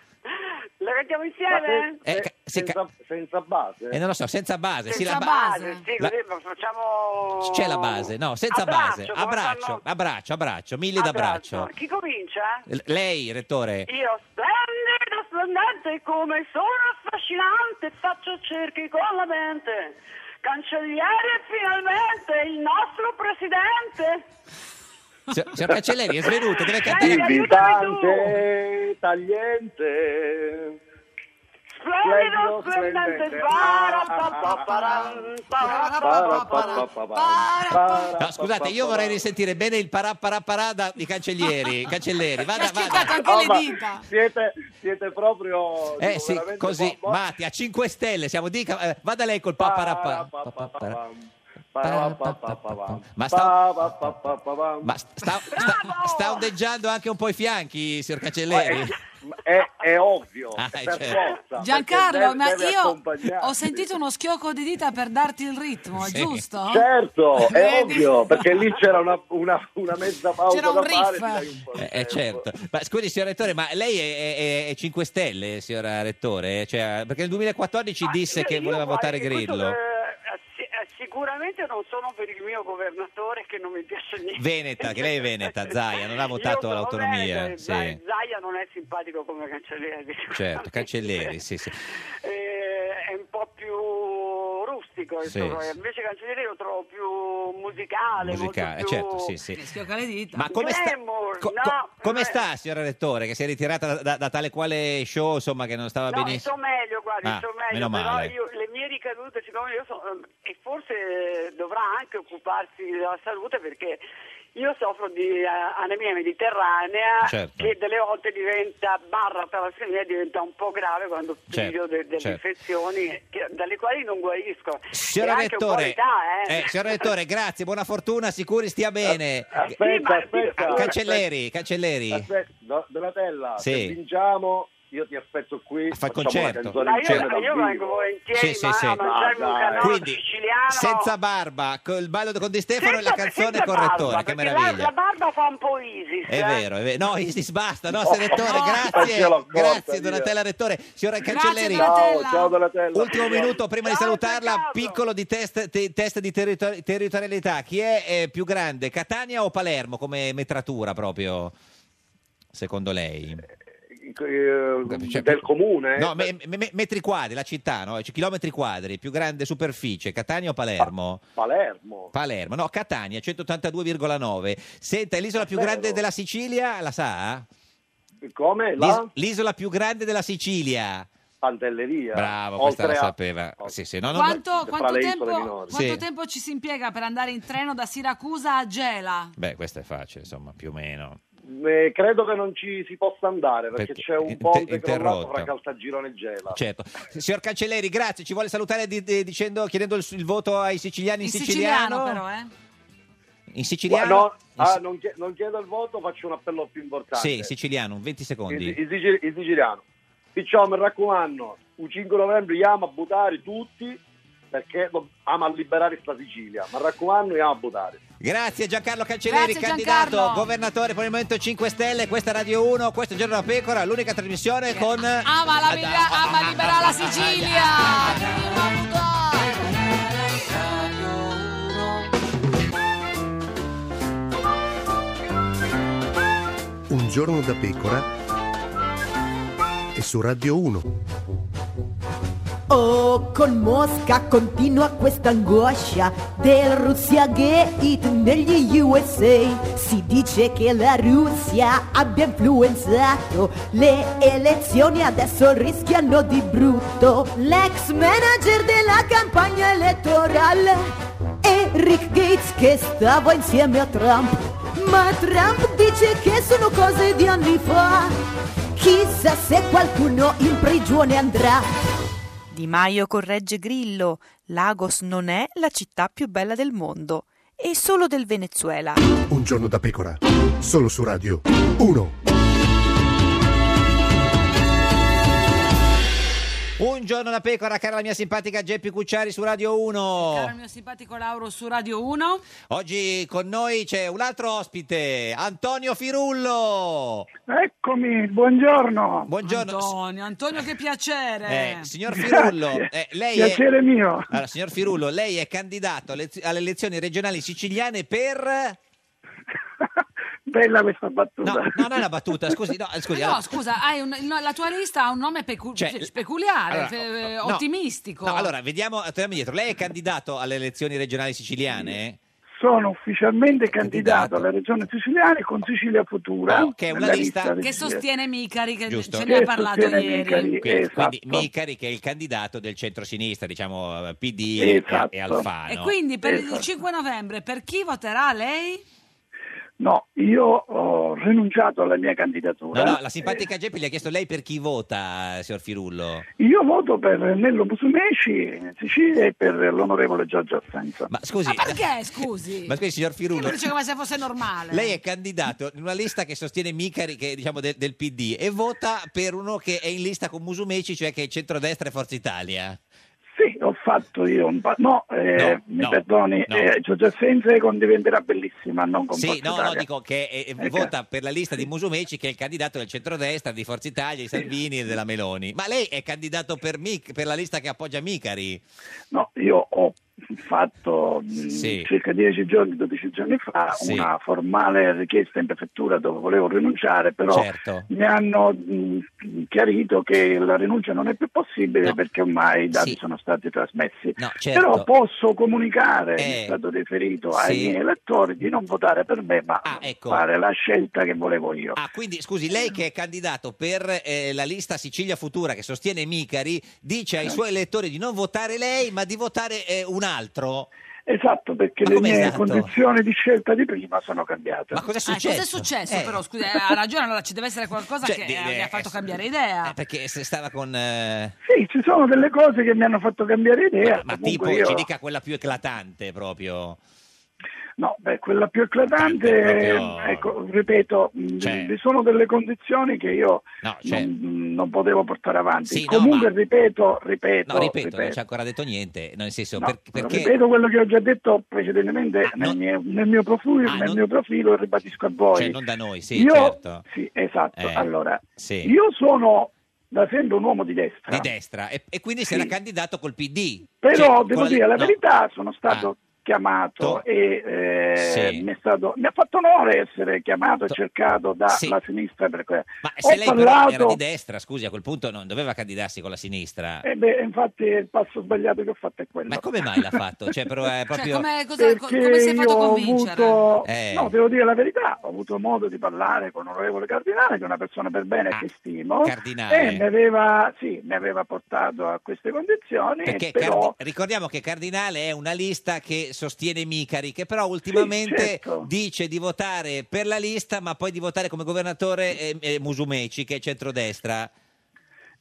La cantiamo
Ma
insieme?
se-
Eh,
se-
ca- se ca-
senza, senza base.
E non lo so, senza base. sì, la
Senza
ba-
base, sì,
la-
così facciamo...
C'è la base, no, senza base.
come
Abbraccio,
fanno-
abbraccio, abbraccio, mille d'abbraccio.
Chi comincia?
L- Lei, rettore.
Io splendido, splendente, come sono affascinante, faccio cerchi con la mente. Cancelliere finalmente, il nostro presidente.
Si- Signor Cancelleri, è svenuto, deve cantare.
Invitante, tagliente.
Splendido, splendente, para, pa, pa, param, para, pa, pa, param.
No, scusate, io vorrei risentire bene il paraparaparada di Cancellieri. Cancelleri, vada,
Ci ha accecato
vada.
anche
Oh,
le
ma
dita.
Siete, siete proprio
Eh
dico,
sì,
veramente
così,
qua- qua-
Mati, a 5 stelle, siamo dica, eh, vada lei col paparapara. papapara- Ma sta- Ma sta, sta,
Bravo!
sta ondeggiando anche un po' i fianchi, signor Cancelleri.
Eh, è, è ovvio,
Ah,
per
certo.
forza,
Giancarlo,
perché deve-
ma
deve
io
accompagnarsi.
ho sentito uno schiocco di dita per darti il ritmo, è
Sì.
giusto?
Certo, è
Vedi?
ovvio, perché lì c'era una, una, una mezza pausa
C'era un
da fare.
riff.
ti dai un po' di
Eh, eh,
tempo.
certo, ma scusi signor Rettore, ma lei è, è- è 5 Stelle, signora Rettore? Cioè, perché nel 2014 disse
Io-
che
io
voleva
guarda
votare
che questo,
Grillo.
eh, si- eh, sicuramente non sono per il mio governatore che non mi piace niente.
Veneta, che lei è veneta, Zaia, non ha
Io
votato
sono
l'autonomia,
veneta e
sì.
Zaia- Zaia non è simpatico come cancelliere.
Certo, Cancellieri, sì, sì.
Eh, è un po' più rustico,
Sì,
insomma,
sì.
invece Cancellieri lo trovo più musicale,
Musicale,
molto più...
certo, sì, sì. Che
schiocca le dita.
Ma come sta-
Glamour,
Co-
no,
co- come sta, signora Rettore, che si è ritirata da, da- da tale quale show, insomma, che non stava
No,
benissimo?
sto meglio, guarda,
Ah,
sto meglio,
meno
però
male.
io, le mie ricadute, siccome io sono, e forse dovrà anche occuparsi della salute perché io soffro di eh, anemia mediterranea
Certo.
che delle volte diventa, barra talassemia diventa un po' grave quando
Certo,
piglio de- delle
certo.
infezioni che- dalle quali non guarisco.
Signora
E anche un po'
Rettore,
l'età, eh.
eh, signora Rettore, grazie, buona fortuna, sicuri stia bene.
Aspetta,
Sì, ma-
aspetta.
Cancelleri, Cancelleri.
Aspetta, no, Donatella,
Sì.
se vinciamo io ti aspetto qui,
fa il
facciamo una
concerto.
canzone
Ma
insieme
io,
dal
io
vivo.
vengo volentieri
Sì, sì,
ma
sì.
a mangiarmi
Ah,
un
dai.
canale
Quindi,
siciliano.
Senza barba, col ballo con Di Stefano e la
Senza-
canzone
senza
con
barba,
Rettore, che
perché la- La,
meraviglia.
barba fa un po' Isis.
È
eh.
vero, è vero. No, Isis basta, no,
No,
Oh,
signor Rettore,
no.
grazie.
Perché l'ho accolta,
Grazie
via.
Donatella Rettore. Signora
Grazie,
Cancelleri.
Donatella. Ciao, ciao, Donatella.
Ultimo
Ciao.
minuto prima di
Ciao,
salutarla, piccolo di test, te- test di territori- territorialità. Chi è eh, più grande, Catania o Palermo come metratura proprio secondo lei?
Eh,
Cioè,
del
più-
comune?
No, me- me- me- metri quadri, la città, no? Cioè, chilometri quadri, più grande superficie, Catania o Palermo?
Palermo.
Palermo, no, Catania 182,9. Senta, è l'isola più
Vero.
grande della Sicilia, la sa?
Come? La?
L'is- l'isola più grande della Sicilia.
Pantelleria.
Bravo,
Oltre
questa la
a-
sapeva. Sì, sì, no, no,
Quanto,
no.
quanto tempo, quanto
Sì.
tempo ci si impiega per andare in treno da Siracusa a Gela?
Beh, questa è facile, insomma, più o meno.
Eh, credo che non ci si possa andare perché,
Perché
c'è un
inter-
ponte crollato
interrotto.
fra Caltagirone e Gela.
Certo. Signor Cancelleri, grazie, ci vuole salutare di- di- dicendo, chiedendo il, il voto ai siciliani in,
In siciliano, però, eh?
In
Gua-
siciliano?
no,
In
ah,
si-
non, chie- non chiedo il voto, faccio un appello più importante.
Sì, siciliano, 20 secondi.
I- i sicil- i siciliano. Diciamo, mi raccomando, il 5 novembre andiamo a buttare tutti perché do- ama liberare sta Sicilia. Mi raccomando, andiamo a buttare.
Grazie Giancarlo Cancelleri,
Grazie,
candidato
Giancarlo.
governatore per il Movimento 5 Stelle, questa è Radio 1, questo è Giorno da Pecora, l'unica trasmissione con...
Ama, la, vera- ama libera la Sicilia!
Un giorno da pecora e su Radio 1.
Oh, con Mosca continua questa angoscia del Russia Gate negli USA. Si dice che la Russia abbia influenzato le elezioni, adesso rischiano di brutto. L'ex manager della campagna elettorale Eric Gates che stava insieme a Trump. Ma Trump dice che sono cose di anni fa. Chissà se qualcuno in prigione andrà.
Di Maio corregge Grillo, Lagos non è la città più bella del mondo, e solo del Venezuela.
Un giorno da pecora, solo su Radio 1.
Un giorno da Pecora, cara la mia simpatica Geppi Cucciari su Radio 1.
Caro il mio simpatico Lauro su Radio 1.
Oggi con noi c'è un altro ospite, Antonio Firullo.
Eccomi, buongiorno.
Buongiorno.
Antonio, Antonio, che piacere!
Eh, signor Firullo,
Grazie.
eh, lei
Piacere
è...
mio.
Allora, signor Firullo, lei è candidato alle, alle elezioni regionali siciliane per...
Bella questa battuta.
No, no, non è una battuta, scusi, no, scusi.
No,
allora-
scusa, hai un- no, la tua lista ha un nome pecu-
Cioè,
sì, peculiare,
allora,
fe-
no,
ottimistico.
No, allora, vediamo, torniamo indietro. Lei è candidato alle elezioni regionali siciliane?
Sono ufficialmente candidato alla regione siciliana e con Sicilia Futura.
che è una
nella
lista-
di
che
Sicilia.
sostiene Micari, che
Giusto.
Eh, ce ne ha
Che
parlato
sostiene
ieri.
Micari,
Quindi,
esatto.
quindi Micari che è il candidato del centrosinistra, diciamo eh, PD e-
Esatto.
e Alfano.
E quindi per il
Esatto.
5 novembre, per chi voterà lei?
No, io ho rinunciato alla mia
No,
candidatura.
no, la simpatica Geppi gli ha chiesto lei per chi vota, signor Firullo.
Io voto per Nello Musumeci in Sicilia e per l'onorevole Giorgio Assenza.
Ma scusi,
Perché, scusi?
ma scusi signor
Ah, Che
Firullo,
lo dice come se fosse normale.
lei è candidato in una lista che sostiene Micari, che, diciamo, del, del PD, e vota per uno che è in lista con Musumeci, cioè che è centrodestra e Forza Italia.
Sì, ho fatto io un pa- No, eh,
No,
mi
no,
perdoni,
no.
eh, Giorgio Assenza diventerà bellissima, non con
Sì,
Forza
no, no,
Italia.
dico che eh,
Eh,
vota per la lista di Musumeci che è il candidato del centrodestra, di Forza Italia, di Salvini e della Meloni. Ma lei è candidato per, Mic- per la lista che appoggia Micari?
No, io ho fatto mh,
Sì.
circa 10 giorni, 12 giorni fa
Sì.
una formale richiesta in prefettura dove volevo rinunciare, però
Certo.
mi hanno mh, chiarito che la rinuncia non è più possibile perché ormai i dati
Sì.
sono stati trasmessi.
certo.
Però posso comunicare,
Eh.
è stato riferito ai
Sì.
miei elettori, di non votare per me, ma
ecco.
fare la scelta che volevo io.
Ah, quindi scusi, lei che è candidato per eh, la lista Sicilia Futura che sostiene Micari, dice
Eh.
ai suoi elettori di non votare lei, ma di votare eh, un altro.
Esatto, perché
Ma
le
com'è
mie
esatto?
condizioni di scelta di prima sono cambiate. Ma
cosa
Eh, cosa è successo però? Scusa, eh, ha ragione, allora ci deve essere qualcosa
Cioè,
che
di-
eh, mi ha
eh,
fatto
s-
cambiare idea.
Eh, perché se stava con eh,
Sì, ci sono delle cose che mi hanno fatto cambiare idea.
ma tipo
Eh, comunque io-
ci dica quella più eclatante proprio.
No, beh, quella più eclatante,
Proprio-
eh, ecco, ripeto, mh,
Cioè.
vi sono delle condizioni che io
No, cioè-
non, non potevo portare avanti.
Sì, no,
Comunque, ripeto, ripeto,
No, ripeto, non ci
ripeto.
ha ancora detto niente, no, nel senso
No,
per- perché Ah,
ripeto quello che ho già detto precedentemente nel, mio, nel mio profilo, nel mio profilo e ribadisco a voi.
cioè non da noi, sì,
Io-
certo.
Sì, esatto.
Eh,
allora,
sì.
io sono da sempre un uomo di destra.
di destra e, e quindi si era candidato col PD.
Però
Cioè,
devo
con
dire la
no,
verità, sono stato chiamato
To-
e eh,
Sì.
mi, è stato, mi ha fatto onore essere chiamato e cercato dalla
Sì.
sinistra. Per que-
Ah, Se
Ho
lei però era
parlato,
di destra, scusi, a quel punto non doveva candidarsi con la sinistra.
e beh, infatti il passo sbagliato che ho fatto è quello.
Ma come mai l'ha fatto? Cioè, però è
Cioè,
proprio...
come, cosa- co-
Perché
come sei fatto
io
a
ho
convincere?
avuto,
Eh.
no, devo dire la verità, ho avuto modo di parlare con l'onorevole Cardinale, che è una persona per bene che stimo,
Ah, Cardinale.
e mi aveva, sì, mi aveva portato a queste condizioni,
Perché
però...
Cardi- ricordiamo che Cardinale è una lista che sostiene Micari, che però ultimamente
certo.
dice di votare per la lista, ma poi di votare come governatore eh, eh, Musumeci, che è centrodestra.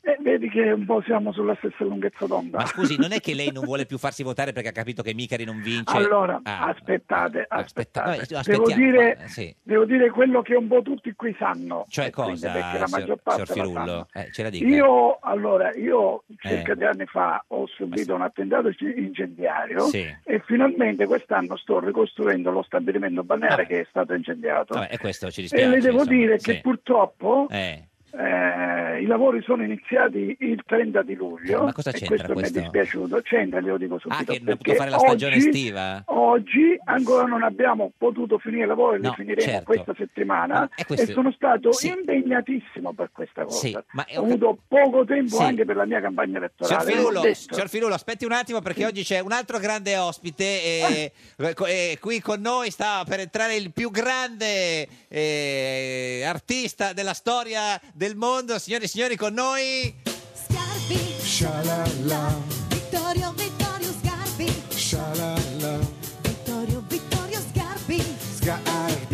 E vedi che un po' siamo sulla stessa lunghezza d'onda.
Ma scusi, non è che lei non vuole più farsi votare perché ha capito che Micari non vince?
Allora,
Ah,
aspettate,
aspetta-
aspettate.
noi
devo,
aspettiamo,
dire,
ma- sì.
devo dire quello che un po' tutti qui sanno.
Cioè
e quindi,
cosa,
Perché la
signor-
maggior parte
signor
la
Firullo?
sanno.
Eh, ce la dica.
Io, allora, io circa
Eh.
di anni fa ho subito un attentato incendiario
Sì.
e finalmente quest'anno sto ricostruendo lo stabilimento balneare che è stato incendiato.
Vabbè, e questo ci
e
dispiace.
le devo
insomma,
dire
sì.
che purtroppo
Eh,
eh, I lavori sono iniziati il 30 di luglio
Ma cosa
e
c'entra
questo, mi è
questo?
dispiaciuto. C'entra, glielo dico
Ah,
subito.
che non ha potuto
perché
fare la stagione
oggi-
estiva?
Oggi ancora non abbiamo potuto finire i lavori,
No,
li finiremo
certo.
questa settimana
Eh, questo-
e sono stato
sì.
impegnatissimo per questa cosa.
Sì, ma è-
Ho avuto poco tempo
Sì.
anche per la mia campagna
Signor
elettorale. l'ho
Firullo,
detto.
signor Firullo, aspetti un attimo perché oggi c'è un altro grande ospite e,
Ah.
e qui con noi sta per entrare il più grande eh, artista della storia del mondo. Signore e signori, con noi...
Vittorio, Vittorio Sgarbi. Vittorio, Vittorio Sgarbi.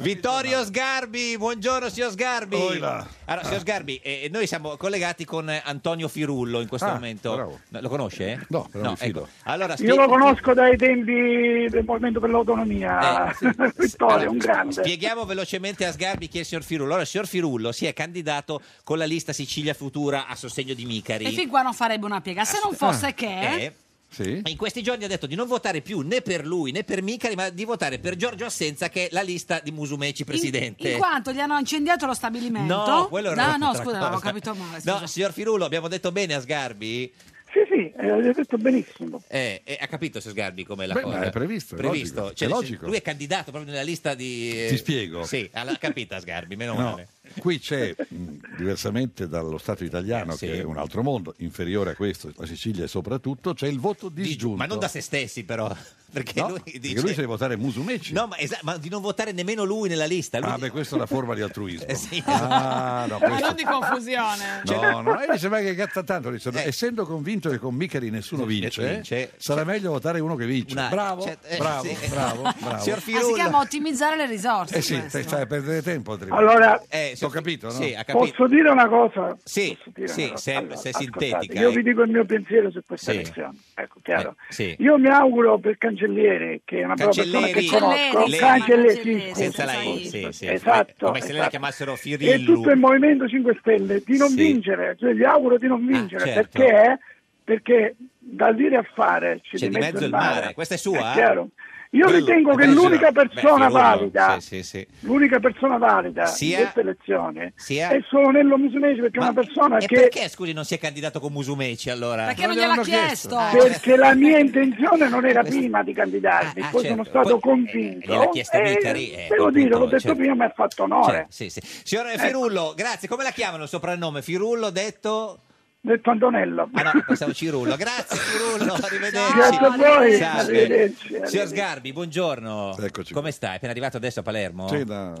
Vittorio Sgarbi, buongiorno signor Sgarbi. Allora,
Ah.
signor Sgarbi, eh, noi siamo collegati con eh, Antonio Firullo in questo
Ah,
momento. No, Lo conosce? No, ecco.
però mi fido.
Allora,
Io
spieghi-
lo conosco dai tempi del Movimento per l'Autonomia,
Eh, sì.
Ah, Vittorio, un grande.
Spieghiamo velocemente a Sgarbi chi è il signor Firullo. Allora, il signor Firullo si è candidato con la lista Sicilia Futura a sostegno di Micari.
E fin qua non farebbe una piega, se non
ah,
fosse che...
Eh, In questi giorni ha detto di non votare più né per lui né per Micari, ma di votare per Giorgio Assenza, che è la lista di Musumeci presidente.
In quanto gli hanno incendiato lo stabilimento?
No, quello era
no, no,
un'altra
scusa, avevo
cosa.
capito male. scusa.
No, signor Firullo, abbiamo detto bene a Sgarbi?
Sì, sì, eh, l'hai detto benissimo.
Eh, eh, ha capito, signor Sgarbi, come la
Beh,
cosa?
ma è previsto, è
Previsto.
logico,
Cioè,
è logico.
Lui è candidato proprio nella lista di... eh,
Ti spiego.
Sì, ha capita Sgarbi, meno
No,
male.
qui c'è, mh, diversamente dallo Stato italiano,
Eh, sì.
che è un altro mondo, inferiore a questo, la Sicilia e soprattutto, c'è il voto disgiunto.
Ma non da se stessi, però. Perché
No,
lui
perché
dice...
lui sa di votare Musumeci.
No, ma, esa- ma di non votare nemmeno lui nella lista. Lui...
Ah, beh, questa è una forma di altruismo.
Eh, sì. esatto.
Ah, no,
non
questo...
di confusione.
Cioè,
No, no, e mi sembra che cazza tanto. dice,
Eh.
no, Essendo convinto che con Micari nessuno vince,
vince,
sarà meglio votare uno che vince.
Una-
bravo,
cioè, eh,
bravo,
sì.
bravo, bravo.
Signor
Ah, si chiama ottimizzare le risorse.
Eh sì,
questo.
stai, stai perdere tempo. altrimenti.
Allora,
ho capito, no?
Eh, sì, ha capito.
Posso dire una cosa?
Sì,
Posso dire
sì,
una cosa?
se- se
ascoltate,
sintetica,
Io
eh.
vi dico il mio pensiero su questa
Sì.
elezione. Ecco, chiaro.
Eh, sì.
Io mi auguro per Cancellieri, che è una brava persona
Cancelleri.
che conosco,
Cancelleri.
Cancellieri, sì, scusa.
Eh, senza la I, sì, sì.
Esatto,
Come se lei la
esatto.
chiamassero
e
Firillu.
tutto il Movimento 5 Stelle di non
Sì.
vincere, cioè gli auguro di non vincere,
certo.
perché, perché dal dire a fare c'è,
C'è di mezzo il mare. Questa è sua?
È chiaro. Io ritengo che
bello.
l'unica
Beh,
persona
figurati.
valida,
Sì, sì, sì.
l'unica persona valida
Sia-
in questa elezione
sia-
è solo Nello Musumeci perché è una persona
E
che
perché, scusi, non si è candidato con Musumeci allora? Ah, certo.
Perché non
gliel'ha
gliel'hanno Perché la mia intenzione non era
Questo-
prima di candidarmi,
Ah, ah,
poi
certo.
sono stato
Poi,
convinto.
gliel'ha chiesta
e
Vicari, eh,
devo
quel
dire,
punto,
l'ho detto
certo.
prima, mi ha fatto onore.
Certo, sì, sì. Signora Firullo, grazie. Come la chiamano il soprannome? Firullo detto...
Detto Antonello.
Ah no, pensavo Cirullo. Grazie Cirullo, arrivederci.
Grazie a voi,
Salve.
arrivederci,
Signor
arrivederci.
Sgarbi, buongiorno. Come stai? Appena arrivato adesso a Palermo?
Sì, da-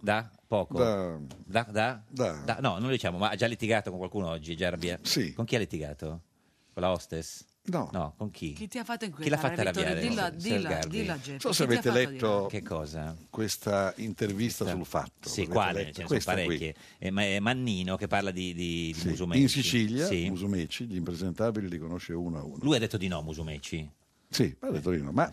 Da? Poco?
Da-
Da? da? Da- No, non lo diciamo, ma ha già litigato con qualcuno oggi, Gerbia? Sì. Con chi ha litigato? Con la hostess?
No.
No, con chi?
Chi ti ha fatto
Chi l'ha
inquietare?
fatta
Vittorio?
arrabbiare?
Dillo,
signor
a- dillo, a-
Sgarbi?
dillo a Geppi.
Non so se
Chi ti
avete
ha fatto
letto
Che cosa?
questa intervista sul fatto.
Sì,
Avete
quale?
letto?
Ce ne sono
Questa qui.
parecchie. Eh, ma- eh, Mannino che parla di, di, di
Sì,
Musumeci.
In Sicilia,
Sì.
Musumeci, gli impresentabili li conosce uno a uno.
Lui ha detto di no, Musumeci.
Sì, ha detto di no, ma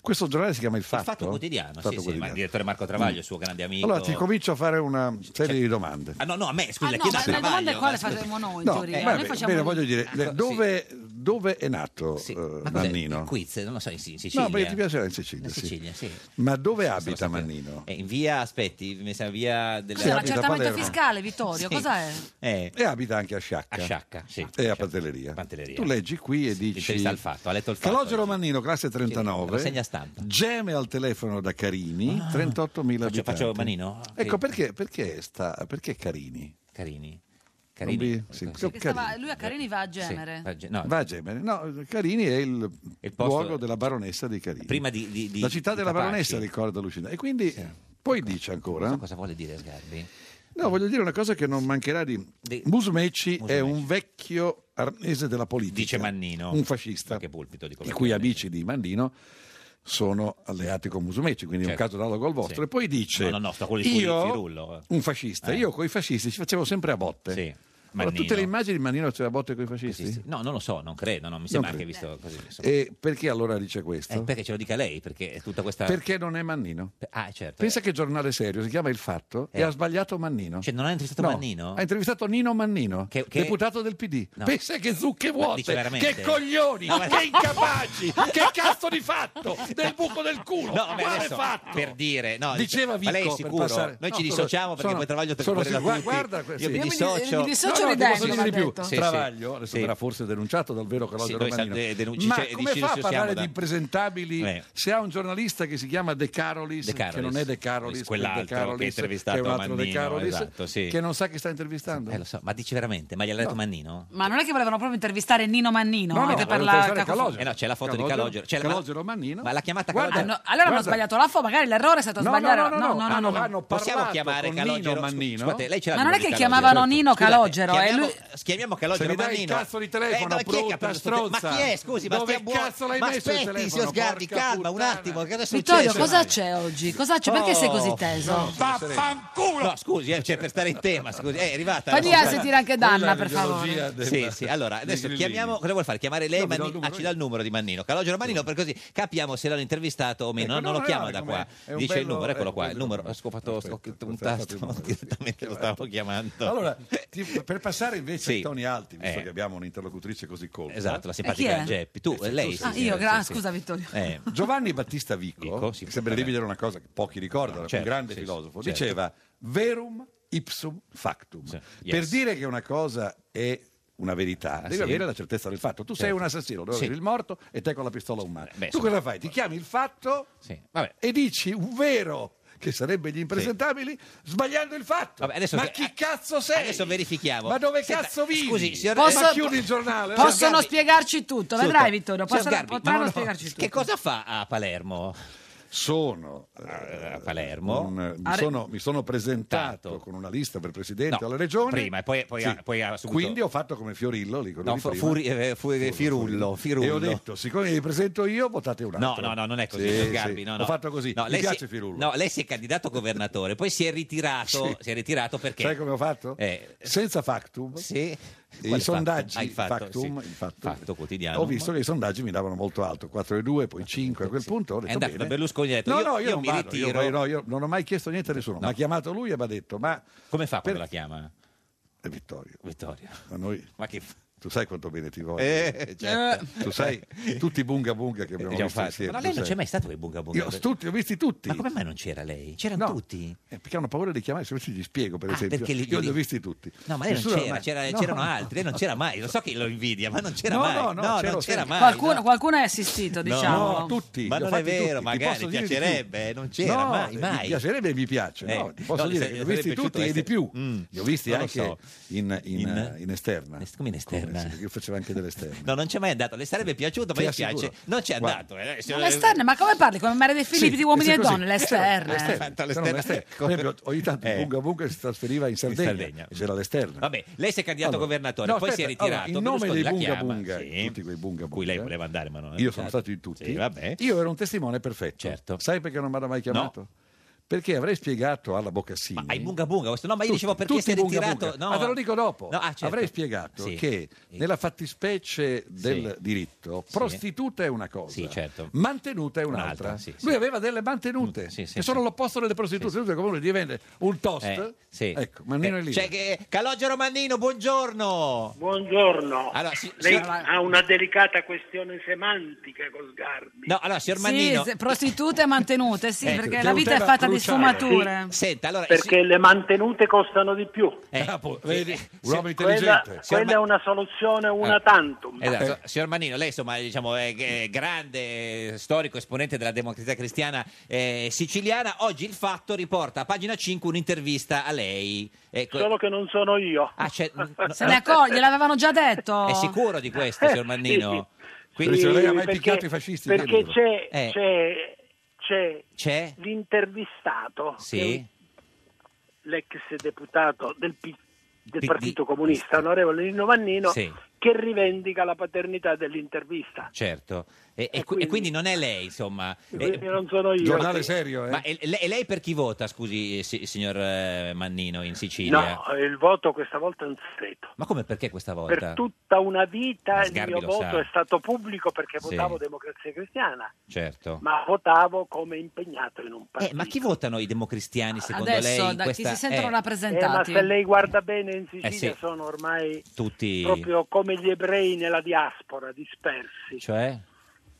questo giornale si chiama Il Fatto.
Il fatto quotidiano,
Fatto
sì, sì, ma
Quotidiano.
il direttore Marco Travaglio, il suo grande amico. Cioè,
Allora ti comincio a fare una serie di domande.
Ah, no, no, a me, scusa,
Ah, no,
chieda
ma
a
la domanda è
Travaglio,
quale
ma scusi.
faremo noi, in
No,
teoria.
eh,
noi
vabbè,
facciamo Ah,
bene,
lì.
voglio dire, le- dove, dove è nato eh,
Ma cos'è?
Mannino?
Il quiz, non lo so, in, in Sicilia.
No, perché ti piacerà in Sicilia.
In
sì.
Sicilia, sì.
Ma dove abita Mannino?
Eh, in via, aspetti, mi sa via della... Eh.
Sì,
Cos'è,
abita a
l'accertamento
Palermo.
fiscale, Vittorio,
Sì.
cos'è?
E abita anche a Sciacca.
A Sciacca, sì.
E a Pantelleria. Tu leggi qui e dici...
intervista al fatto, ha letto il fatto.
Calogero Mannino, classe
Sì, lo
39.
segna stampa.
Geme al telefono da Carini,
Ah.
38.000 abitanti.
Faccio- faccio Mannino?
Ecco,
Sì.
perché, perché, sta, perché Carini?
Carini. Ecco,
Carini. sì, Eh.
Perché stava-
Carini.
lui a Carini va a Gemere.
no.
Va a Gemere. No, Carini è il,
posto-
luogo della baronessa di Carini.
Prima di- di- di-
La città
di
della
Capaci.
baronessa, ricorda Lucinda. E quindi... Poi dice ancora...
Non so cosa vuole dire Sgarbi.
No, voglio dire una cosa che non mancherà di... Musumeci è un vecchio arnese della politica.
Dice Mannino.
Un fascista.
Ma Che pulpito, dico
I cui amici di Mandino sono alleati con Musumeci, quindi è un
Certo.
caso analogo al vostro.
Sì.
E poi dice:
No, no, no, sta quello di cui Firullo, eh.
Io, un fascista,
Eh.
io con i fascisti ci facevo sempre a botte.
Sì.
Allora,
Mannino.
tutte le immagini di Mannino c'era a botte con i fascisti?
No, non lo so, non credo, no, mi sembra che
credo.
visto così. insomma.
E perché allora dice questo?
Eh, perché ce lo dica lei? Perché è tutta questa...
Perché non è Mannino.
Ah, certo.
Pensa che giornale serio, si chiama Il Fatto
Eh.
e ha sbagliato Mannino.
Cioè, non ha intervistato
No,
Mannino?
Ha intervistato Nino Mannino,
che-
deputato del PD.
No.
Pensa che zucche
Ma dice
vuote,
veramente?
che coglioni,
No, ma-
che incapaci, che cazzo di fatto, del buco del culo,
No, beh,
quale
adesso,
fatto?
per dire, no,
Diceva
dice- ma lei è
Vico, per
sicuro?
passare-
Noi
No,
ci
sono-
dissociamo perché
sono-
poi Travaglio te
sono
fuori da
sicuro-
tutti.
guarda questo,
Io mi
sì.
dissocio.
mi dissocio
No, no, ti posso
ridendo,
dire di
va
più.
detto.
Sì, sì.
Travaglio adesso
Sì.
verrà forse denunciato dal vero
Sì,
Calogero
noi
Mannino.
sa- de- denunci-
Ma
cioè,
come
dici-
fa a
ci
parlare
siamo da-
di impresentabili
Eh.
se ha un giornalista che si chiama De Carolis,
De Carolis.
che non è De Carolis,
Quell'altro
De Carolis,
che è intervistato
che è un altro De
Mannino,
Carolis,
esatto, sì.
che non sa chi sta intervistando?
Eh, lo so, ma dici veramente? Ma gliel'ha detto Mannino?
Ma non è che volevano proprio intervistare Nino Mannino
No, no,
anche per
volevo
la
pensare a
cacofo-
Calogero.
Eh no, c'è la foto di Calogero. C'è la-
Calogero Mannino.
Ma l'ha chiamata
Guarda,
Ah,
Calogero?
no, allora hanno
Guarda.
sbagliato la fo, magari l'errore è stato
No,
sbagliare.
no, no, no, no,
no,
hanno-
no.
hanno
Possiamo
parlando
chiamare
con
Calogero
Nino
scu-
Mannino?
scusate, lei ce l'ha
Ma
il
non è
numero
che
di
chiamavano Nino
Scusate,
Calogero, eh,
Chiamiamo,
lui-
chiamiamo Calogero
Se mi dai il
Mannino.
cazzo di telefono,
ma chi è che ha
brutta
preso il suo
stronza?
Ma chi è? Scusi, ma
Dove
stia buono.
cazzo l'hai
ma
messo il
aspetti,
telefono,
signor Sgarbi,
porca
calma un attimo. Che cosa è
Vittorio,
successo?
cosa c'è oggi? Cosa c'è? Perché sei così teso?
Oh, No, scusi, eh, cioè, per stare in tema, scusi, eh, è arrivata.
Fammi
la-
sentire anche Danna, per favore.
della-
Sì, sì, allora adesso
dei grillini.
chiamiamo, cosa vuol fare? Chiamare lei, Mannino- ah, ci dà il numero di Mannino, Calogero Mannino, per così capiamo se l'hanno intervistato o meno,
Ecco,
non
no,
lo chiama
guarda
da qua,
com'è. È un
dice il
bello-
numero, eccolo
ecco,
qua, il
questo
numero,
qua.
ho scopato, ho scoccato un
aspetta,
tasto,
fatto il
direttamente lo stavo chiamando.
Allora, ti- per passare invece ai toni alti, visto
Eh.
che abbiamo un'interlocutrice così colta.
Esatto, la
E
simpatica
chi è?
Geppi, tu, eh, lei.
Ah,
sì,
io,
sì,
gra-
sì.
scusa Vittorio.
Eh,
Giovanni Battista Vico, mi sembra di vedere una cosa che pochi ricordano,
certo,
un grande
sì,
filosofo,
sì, certo.
diceva verum ipsum factum.
yes. Eh,
Per dire che una cosa è una verità, devi
sì?
avere la certezza del fatto. Tu sei
Certo.
un assassino, devi
Sì.
avere il morto e te con la pistola umana.
beh,
tu
insomma,
cosa fai? Ti chiami il fatto
sì, vabbè.
e dici un vero che sarebbe gli impresentabili sbagliando il fatto.
Vabbè, adesso
Ma
che-
chi cazzo sei?
Adesso verifichiamo.
Ma dove
Senta,
cazzo vivi?
scusi, signor-
Ma
Posso-
chiudi il giornale.
Possono
Sgarbi.
spiegarci tutto,
Senta,
vedrai Vittorio,
signor
possono-
Sgarbi,
potranno
ma no,
spiegarci tutto.
Che cosa fa a Palermo?
Sono
eh, A Palermo. Esatto.
un- mi,
Are-
sono, mi sono presentato con una lista per presidente
No,
alla regione.
prima, e poi- poi ha- poi ha subito-
Quindi ho fatto come Fiorillo, li
No,
conosci
fu-
prima,
furi- eh, fu- eh, Firullo, Firullo.
E ho detto, siccome vi presento io, votate un
No,
altro.
no, no, non è così,
Sì,
signor
sì.
Sgarbi, no, no.
Ho fatto così.
No,
Mi
lei si-
piace Firullo.
No, lei si è candidato governatore, poi si è ritirato,
Sì.
si è ritirato perché...
Sai come ho fatto?
Eh,
Senza factum.
Sì.
I
Quale
sondaggi,
fatto? Ah, il fatto,
factum,
sì.
il fatto.
Fatto quotidiano.
Ho visto che i sondaggi mi davano molto alto, 4 e 2, poi 5 a quel punto. Ho detto,
È andato
bene.
da Berlusconi e ha detto,
no,
io-
no, io,
io
non
mi
vado, io-
ritiro.
no, io non ho mai chiesto niente a nessuno. Mi ha chiamato lui e mi ha detto, ma
Come fa quando
Per-
la chiama?
è Vittorio.
Vittorio.
Ma noi
Ma che... fa-
Tu sai quanto bene ti voglio.
Eh, certo.
Tu sai tutti i bunga bunga che abbiamo
Abbiamo
visto
fatto.
insieme.
Ma lei
tu
non
sai.
c'è mai stato per i bunga bunga?
Io ho tutti, ho visti tutti.
Ma come mai non c'era lei? C'erano
No.
tutti?
Eh, perché hanno paura di chiamare, se no gli spiego per
Ah,
esempio.
perché li-
Io li
li-
ho visti tutti.
No, ma lei non
Nessuno
c'era,
mai-
c'era-
No,
c'erano
no.
altri, lei non c'era mai, lo so che lo invidia, ma non c'era
No,
mai.
no, no, c'ero
non c'era
sempre.
mai.
Qualcuno, qualcuno è assistito, diciamo.
No, tutti.
Ma
li ho
non è
fatti
vero,
tutti, ti
magari,
posso dire di
piacerebbe,
più.
eh, non c'era,
No,
mai, mai.
Mi piacerebbe e mi piace, no,
Eh,
ti posso
no, le
dire
sa-
che
le
li ho visti
sarebbe
tutti e di più.
piaciuto essere- Mm.
Li ho visti
Non lo
anche
so.
in, in-
In-
in esterna.
Come in esterna?
Io facevo anche dell'esterna.
No, non c'è mai andato, le sarebbe piaciuto, ma
Ti
gli piace.
assicuro.
Non c'è
Guarda.
andato. eh, se-
Ma le esterne, ma come parli? Come Maria De Filippi
Sì,
di uomini
sì,
e
così.
donne? Le
Eh,
esterne.
l'esterna,
Fatta
c'erano
l'esterna.
l'esterna. Per esempio, ogni tanto il
Eh.
Bunga Bunga si trasferiva in Sardegna,
Sardegna.
c'era l'esterna.
Vabbè, lei si è candidato
Allora,
governatore,
no,
poi si è
aspetta, allora,
ritirato.
in nome dei
Berlusconi la
Bunga
chiama,
Bunga, eh,
sì.
tutti quei Bunga
Cui lei
Bunga.
voleva andare, ma non è
Io sono
andato.
stato in tutti.
Eh, certo. Sì, vabbè.
Io ero un testimone perfetto.
Certo.
Sai perché non mi hanno mai chiamato? Perché avrei spiegato alla Boccassini.
Ma ai Bunga Bunga, questo- no, ma io
Tutti,
dicevo perché
tutti
si è
Bunga
ritirato.
Bunga.
No.
Ma te lo dico dopo.
No, ah, certo.
Avrei spiegato
Sì.
che nella fattispecie del diritto,
Sì.
prostituta è una cosa,
Sì, certo.
mantenuta è un'altra.
Un'altra, sì, sì.
Lui aveva delle mantenute, che sono l'opposto delle prostitute. Lui come lui divende un toast.
Eh, sì. Eh,
Ecco, Mannino è lì.
C'è che... Calogero Mannino, buongiorno.
Buongiorno.
Allora, si-
Lei
si-
ha una delicata questione semantica con Sgarbi.
No, allora, signor
Sì,
Mannino...
se- prostitute mantenute, sì,
Eh,
perché
che
la
un
vita è
tema
fatta di
cruciale.
sfumature.
Sì. Senta, allora...
Perché le mantenute costano di più.
vedi,
Ah, un uomo
Quella,
Signor
quella è
Ma-
una soluzione una
Ah.
Eh,
tantum.
Esatto. Signor Mannino, lei insomma diciamo, è è grande eh, storico esponente della democrazia cristiana eh, siciliana. Oggi il fatto riporta a pagina 5 un'intervista a lei. Ecco-
Solo che non sono io.
Ah, c'è- no-
Se ne accoglie, gliel'avevano già detto.
È sicuro di questo, signor Mannino? Quindi-
Sì,
picchiato i fascisti,
Perché
chiedetelo.
c'è,
Eh.
c'è- c'è
C'è?
l'intervistato,
Sì.
l'ex deputato del, P- del
PD.
Partito Comunista, onorevole Nino Mannino,
Sì.
che rivendica la paternità dell'intervista.
Certo, e, e
E
qui- e
Eh, quindi-
quindi non è lei, insomma.
Quindi
Eh,
non sono io. Eh?
Ma e, le- e lei per chi vota, scusi, eh, si- signor eh, Mannino, in Sicilia?
No, il voto questa volta è un segreto.
Ma come perché questa volta?
Per tutta una vita
Ma
il
Oh, Sgarbi
mio
lo
voto
sa.
è stato pubblico perché
Sì.
votavo Democrazia Cristiana,
Certo.
ma votavo come impegnato in un
Eh,
partito.
ma chi votano i democristiani secondo
Adesso,
lei? in
da chi
questa-
si sentono
eh,
Eh, ma
rappresentati.
se lei guarda bene in Sicilia
sì.
sono ormai
Tutti,
proprio come gli ebrei nella diaspora, dispersi.
cioè?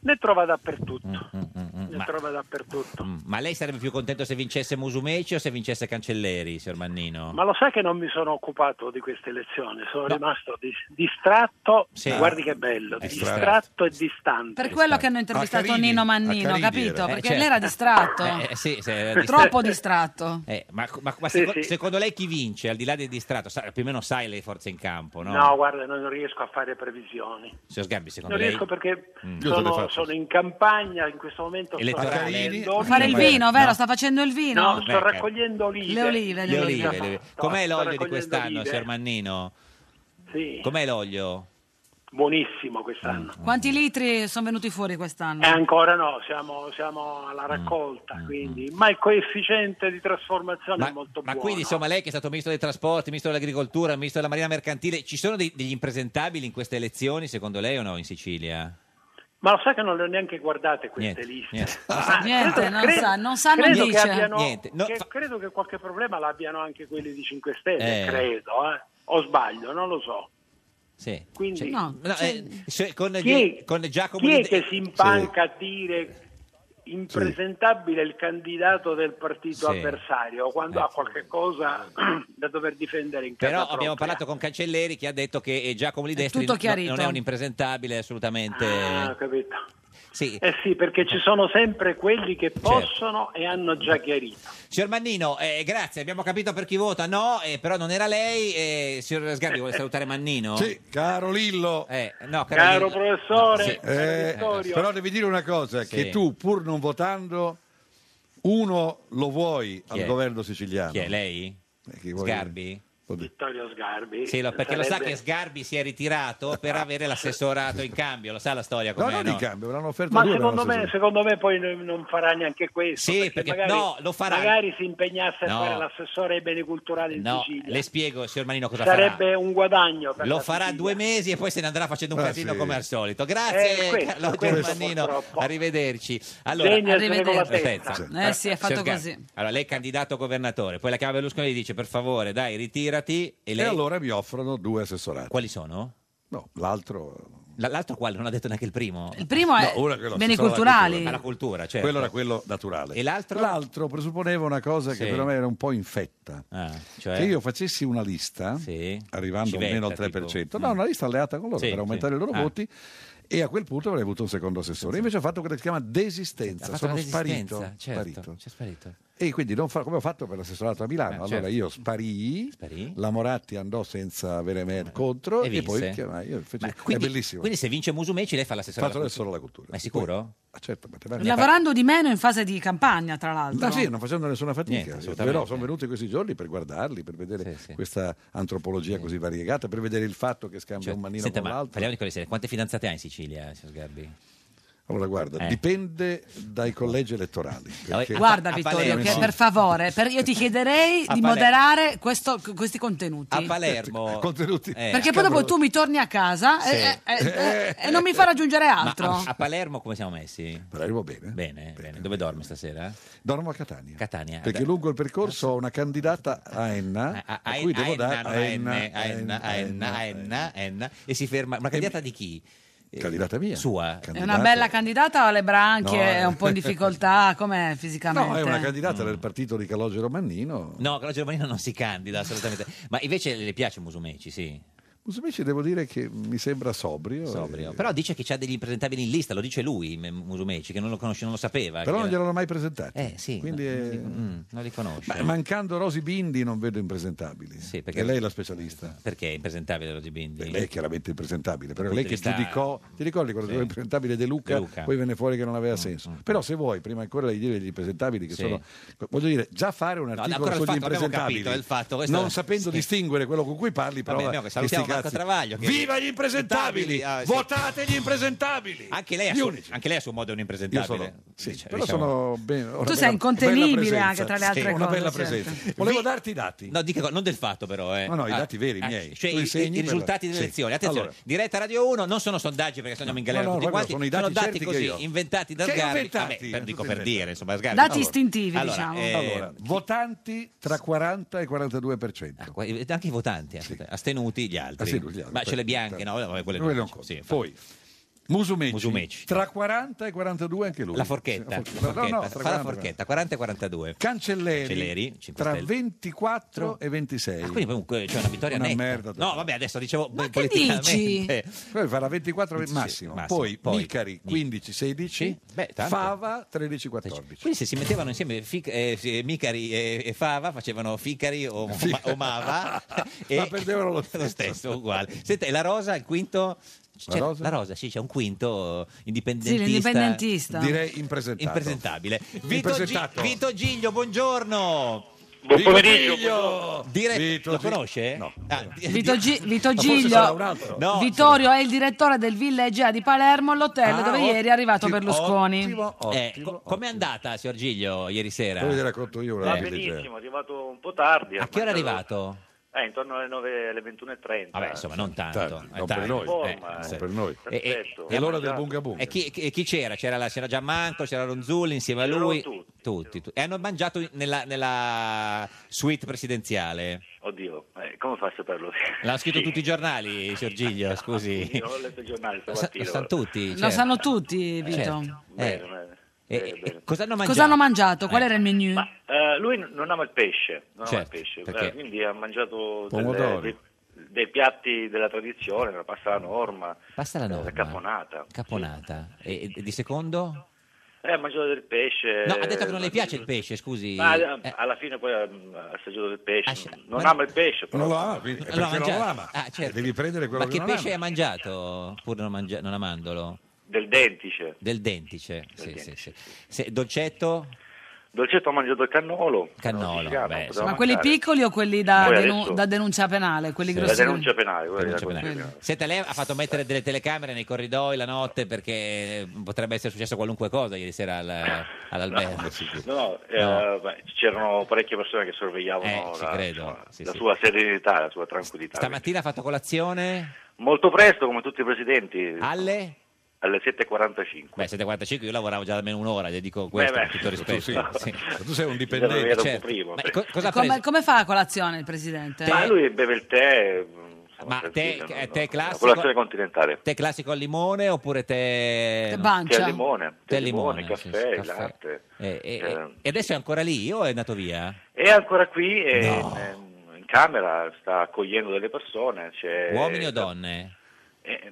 Ne trova dappertutto,
Mm,
ne
ma-
trova dappertutto.
Mm, Ma lei sarebbe più contento se vincesse Musumeci o se vincesse Cancelleri, signor Mannino?
Ma lo sai che non mi sono occupato di queste elezioni, sono rimasto dis- distratto,
Sì.
guardi che bello,
Eh,
distratto e distante.
Per quello che hanno intervistato Nino Mannino, capito? Perché
certo.
lei era distratto.
Eh, eh, sì, se era
Troppo
distratto.
distratto.
Eh, ma ma- ma
Sì,
seco-
sì.
secondo lei chi vince, al di là del distratto? Sa- più o meno sai le forze in campo, no?
No, guarda, non riesco a fare previsioni.
Signor Sgarbi, secondo
Non
lei...
riesco perché
Mm. Io te le
sono,
faccio.
sono in campagna, in questo momento sto
Elettorale.
raccogliendo-
Fare il vino, vero?
No. certo.
Sta facendo il vino?
No, sto raccogliendo olive.
Le olive,
Le olive, le olive. Com'è l'olio
sto
di
raccogliendo
quest'anno,
olive.
signor Mannino?
Sì,
Com'è l'olio?
buonissimo quest'anno.
Mm.
Quanti litri sono venuti fuori quest'anno?
E ancora no, siamo, siamo
Mm.
alla raccolta, quindi, ma il coefficiente di trasformazione è molto
Ma
buono.
quindi, insomma, lei che è stato ministro dei trasporti, ministro dell'agricoltura, ministro della marina mercantile, ci sono dei- degli impresentabili in queste elezioni, secondo lei o no, in Sicilia?
Ma lo sai che non le ho neanche guardate queste
Niente,
liste.
niente.
Ah,
Niente,
credo-
non
credo-
sa- non sa, non
credo
dice.
Che abbiano,
Niente, no,
che-
fa-
Credo che qualche problema l'abbiano anche quelli di 5 Stelle,
Eh.
credo, eh. o sbaglio, non lo so.
Sì.
Quindi-
Cioè,
No,
no,
cioè-
eh, se- con,
Chi
gli-
è,
con Giacomo
chi è
Lide-
che si impanca a dire impresentabile il candidato del partito
Sì.
avversario quando
Eh.
ha qualche cosa da dover difendere in casa
Però abbiamo
propria?
parlato con Cancelleri che ha detto che eh, Giacomo Lidestri
tutto
no-
chiarito.
non è un impresentabile assolutamente.
Ah, ho capito.
Sì. Certo.
Eh sì, perché ci sono sempre quelli che possono e hanno già chiarito.
Signor Mannino, eh, grazie, abbiamo capito per chi vota, no, eh, però non era lei. Eh, signor Sgarbi vuole salutare Mannino?
Sì, caro Lillo.
Eh, no,
Caro
Carolina-
professore,
Sì.
caro
Eh,
Vittorio.
però devi dire una cosa,
Sì.
che tu pur non votando, uno lo vuoi
è?
al governo siciliano.
Chi è lei?
Eh, chi vuoi-
Sgarbi?
Vittorio Sgarbi.
Sì, lo- perché lo sa
sarebbe-
che Sgarbi si è ritirato per avere l'assessorato in cambio, lo sa la storia
No,
com'è,
non
no?
in cambio, me l'hanno offerto
Ma
due,
secondo
me l'hanno
me, secondo me poi non non farà neanche questo.
Sì,
perché,
perché-
magari,
no, lo farà.
magari si impegnasse
No.
a fare l'assessore ai beni culturali in
No,
Sicilia.
le spiego, signor Manino, cosa
Sarebbe
farà.
un guadagno. Per
Lo
la
farà
Sicilia.
due mesi e poi se ne andrà facendo un
Ah,
casino
sì.
come al solito. Grazie,
Eh, questo,
Carlo
questo
Giovannino.
purtroppo.
Arrivederci. Allora,
Genio, se ne con la
Arrivederci.
testa.
Senza.
Eh sì, è fatto
signor Sgarbi,
così.
Allora, lei è candidato a governatore, poi la chiama Berlusconi e gli dice per favore, dai, ritirati. E
E
lei...
allora mi offrono due assessorati.
Quali sono?
No, l'altro...
L'altro quale non ha detto neanche il primo.
Il primo è
No, ora quello
beni
si trova
culturali.
alla cultura, certo.
Quello era quello naturale.
E l'altro?
L'altro presupponeva una cosa che
Sì.
per me era un po' infetta.
cioè?
Che io facessi una lista, arrivando
Civetta,
almeno al 3%, no, una lista alleata con loro
Mm. Sì,
per aumentare
sì.
i loro
Ah.
voti e a quel punto avrei avuto un secondo assessore. Invece ho fatto quello che si chiama
Ha
desistenza,
fatto
sono
una
sparito.
resistenza, certo,
sparito.
c'è sparito.
E quindi non fa- come ho fatto per l'assessorato a Milano.
Eh,
allora
certo.
io sparii, la Moratti andò senza avere me contro
Eh. E
e, poi
vinse.
chiamai. Io feci-
Quindi,
è bellissimo.
quindi se vince Musumeci lei fa l'assessore
Faccio l'assessore alla cultura.
Ma è sicuro?
Ah, certo, matematica.
Lavorando di meno in fase di campagna, tra l'altro.
Ah, sì, non facendo nessuna
Niente,
fatica.
assolutamente.
Però sono venuto in questi giorni per guardarli, per vedere questa antropologia così variegata, per vedere il fatto che scambia
Cioè,
un manino
senta,
con
ma
l'altro.
parliamo di quelle serie. Quante fidanzate ha in Sicilia, signor Sgarbi?
Allora, guarda,
Eh. Ecco.
dipende dai collegi elettorali. perché-
Guarda Vittorio, che per favore, per- io ti chiederei
A
di
Palermo.
moderare questo- questi contenuti.
A Palermo.
Contenuti.
Eh,
Perché poi dopo tu mi torni a casa
Sì.
e, e- e- e non mi fa raggiungere
Ma
altro.
a, a Palermo come siamo messi?
Palermo bene.
Bene, bene. Dove dorme stasera?
Dormo a Catania.
Catania.
Perché lungo il percorso
eh,
ho una candidata a Enna, a,
A-
cui devo
Aenna,
dare
no, Aenna, Aenna, Aenna, Aenna, Aenna. e si ferma. Una candidata di chi? Eh,
Candidata mia.
Sua.
È una bella candidata o ha le branchie,
No, eh.
è un po' in difficoltà, com'è fisicamente?
No, è una
Mm.
candidata del partito di Calogero Mannino.
No, Claudio Giovannino non si candida assolutamente. Ma invece le piace Musumeci, sì.
Musumeci devo dire che mi sembra sobrio.
Sobrio. Però dice che c'ha degli impresentabili in lista, lo dice lui, M- Musumeci, che non lo conosce, non lo sapeva.
Però
che
non
era-
gliel'hanno mai presentata. Quindi
no,
è-
non li- mm, non li conosce.
Ma- mancando Rosi Bindi non vedo impresentabili.
perché-
E lei è la specialista.
Perché è impresentabile Rosi Bindi?
Lei è chiaramente impresentabile, però
Dal
lei
punto
che
di vista-
giudicò, ti ricordi quando
Sì.
era impresentabile De Luca,
De Luca. Mm,
poi venne fuori che non aveva senso. Però se vuoi, prima ancora di dire gli impresentabili che
Sì.
sono voglio dire, già fare un articolo
ancora il
sugli
fatto, abbiamo
impresentabili.
capito, è il fatto, questo-
non sapendo distinguere quello con cui parli, però
Vabbè, abbiamo- salutiamo Marco Travaglio. che-
Viva gli impresentabili!
Ah, sì.
Votate gli impresentabili!
Anche lei, a
Gli
suo,
unici.
anche lei a suo modo è un
Io
impresentabile.
sono, sì,
Cioè,
però
diciamo-
sono ben- una
Tu sei
bella-
incontenibile
bella presenza.
anche tra le altre
Sì, Una
cose,
bella
certo.
presenza. Volevo darti i dati.
No, dica co- non del fatto però. Eh.
No, no, i dati veri,
ah,
miei.
Cioè
Tu
i,
insegni
i
per-
risultati delle
sì.
elezioni. Attenzione,
Allora.
diretta Radio 1 non sono sondaggi perché se andiamo in galera
No, no,
tutti
guarda,
quanti.
sono i dati certi che
così
io-
inventati da
Che
Sgarbi.
inventati?
Vabbè, per, dico
Tutti
per
inventati.
dire, insomma, Sgarbi.
Dati
Allora,
istintivi,
allora,
diciamo.
eh,
Allora, votanti tra 40 e 42%.
qua- Ah, anche i votanti, ascolta, astenuti gli altri.
Astenuti Ah, gli altri,
Ma ce le bianche, no?
certo.
Vabbè, quelle
Quelle
no.
non
Sì,
contano.
infatti.
Poi Musumeci,
Musumeci.
tra 40 e 42 anche lui.
La forchetta,
Sì,
la
No, no, tra
forchetta. fa la
40.
forchetta, 40 e 42.
Cancelleri,
Cancelleri, cinque
tra
stelle.
24 e 26.
Ah, quindi comunque c'è una vittoria
Una
netta.
merda
No, vabbè, adesso dicevo
che
politicamente.
Poi farà 24
Sì,
massimo.
massimo.
Poi,
Poi
Micari 15 16,
Beh, tanto.
Fava 13 14.
Quindi se si mettevano insieme Fic- eh, sì, Micari e, e Fava, facevano Ficari o, Ma- o Mava.
Ma perdevano lo stesso.
uguale. Senta, e la Rosa, il quinto...
La
c'è-
Rosa?
sì, c'è un quinto indipendentista.
Sì, l'indipendentista.
Direi impresentato.
Impresentabile. Vito,
Impresentato.
Gi- Vito Giglio, buongiorno.
Buon pomeriggio, buongiorno.
Dire-
Vito
lo Ah,
Gi-
conosce? No.
Vito, Gi- Vito
Ma forse sarà
Giglio,
un altro. No,
Vittorio è il direttore del Villa Egea di Palermo, l'hotel
Ah,
dove ieri è arrivato Berlusconi.
Eh, com'è andata, signor Giglio, ieri sera?
Poi vi racconto io una
Va
roba del
benissimo, è arrivato un po' tardi.
A che ora è arrivato?
Eh, intorno alle 9, alle 21.30.
Vabbè, insomma, non tanto.
Tanto,
Eh,
non per
tanto.
noi,
Eh,
eh,
sì.
non
per noi.
E- e-
Perfetto. Eh,
e-
È l'ora del
bunga bunga.
E chi, chi- chi c'era? C'era, la, c'era Giammanco, c'era Ronzulli insieme a lui?
C'erano
tutti. tu- E hanno mangiato nella, nella suite presidenziale?
Oddio, eh, come fa a saperlo?
L'hanno scritto
Sì,
tutti i giornali, signor Giglio, scusi.
Io ho letto il giornale
Lo, sa-
stamattina.
lo sanno tutti?
Lo
certo.
sanno tutti, Vito.
Certo.
Bene, bene,
Eh, eh,
bene,
eh,
bene.
cosa hanno mangiato?
Cosa hanno mangiato? Qual
Eh.
era il menu?
Eh, lui n- non ama il pesce, non ama il
Certo,
pesce, eh,
perché?
quindi ha mangiato delle-
Pomodoro.
dei, dei piatti della tradizione, la pasta alla norma,
Passa la
la
norma.
caponata.
Caponata. E, e di secondo?
Eh, ha mangiato del pesce. mm,
No, ha detto che non le piace il pesce, scusi.
Eh, Ma
Eh, Ah,
eh, alla fine poi mm, ha assaggiato del pesce. non
ma-
ama il pesce, però.
Non lo ama, quindi, perché
l'ha
non lo
mangiato.
ama.
Ah, certo.
Devi prendere quello
Ma
che
che
non ama.
pesce hai mangiato, pur non, mangia- non amandolo?
Del dentice.
Del dentice. Sì, sì, sì. Se- dolcetto?
Dolcetto ha mangiato il cannolo.
Cannolo,
siciliano,
beh,
poteva
Ma quelli
mancare.
piccoli o quelli da,
Poi
denu-
adesso-
da denuncia penale? Quelli grossi?
La denuncia penale, quella
Denuncia
era la
penale.
denuncia
Senta, lei ha fatto mettere delle telecamere nei corridoi la notte perché potrebbe essere successo qualunque cosa ieri sera al- all'albergo.
penale. No, no, eh, beh, c'erano parecchie persone che sorvegliavano
Eh, ci
la,
credo,
insomma,
sì,
la
sì.
sua serenità, la sua tranquillità.
Stamattina ha fatto colazione
Molto presto, come tutti i presidenti,
alle?
alle 7.45.
Beh, 7.45 io lavoravo già da almeno un'ora, le dico questo
beh.
con tutto rispetto.
Tu sì.
Tu sei
Era un
un
po'
dipendente.
primo.
Ma co- cosa ha
Come,
preso?
come fa a colazione il presidente?
Ma lui beve il tè, mh,
Ma te,
tranquillo,
eh,
no,
te
no. La
classico...
colazione continentale.
Te classico al limone oppure te...
Te
no?
bancia. Te al limone, te al limone,
sì, sì,
caffè, latte.
Eh, eh,
Eh.
E adesso è ancora lì o è andato via?
È ancora qui, è
No.
in, in camera, sta accogliendo delle persone. c'è-
Uomini o donne?
Eh,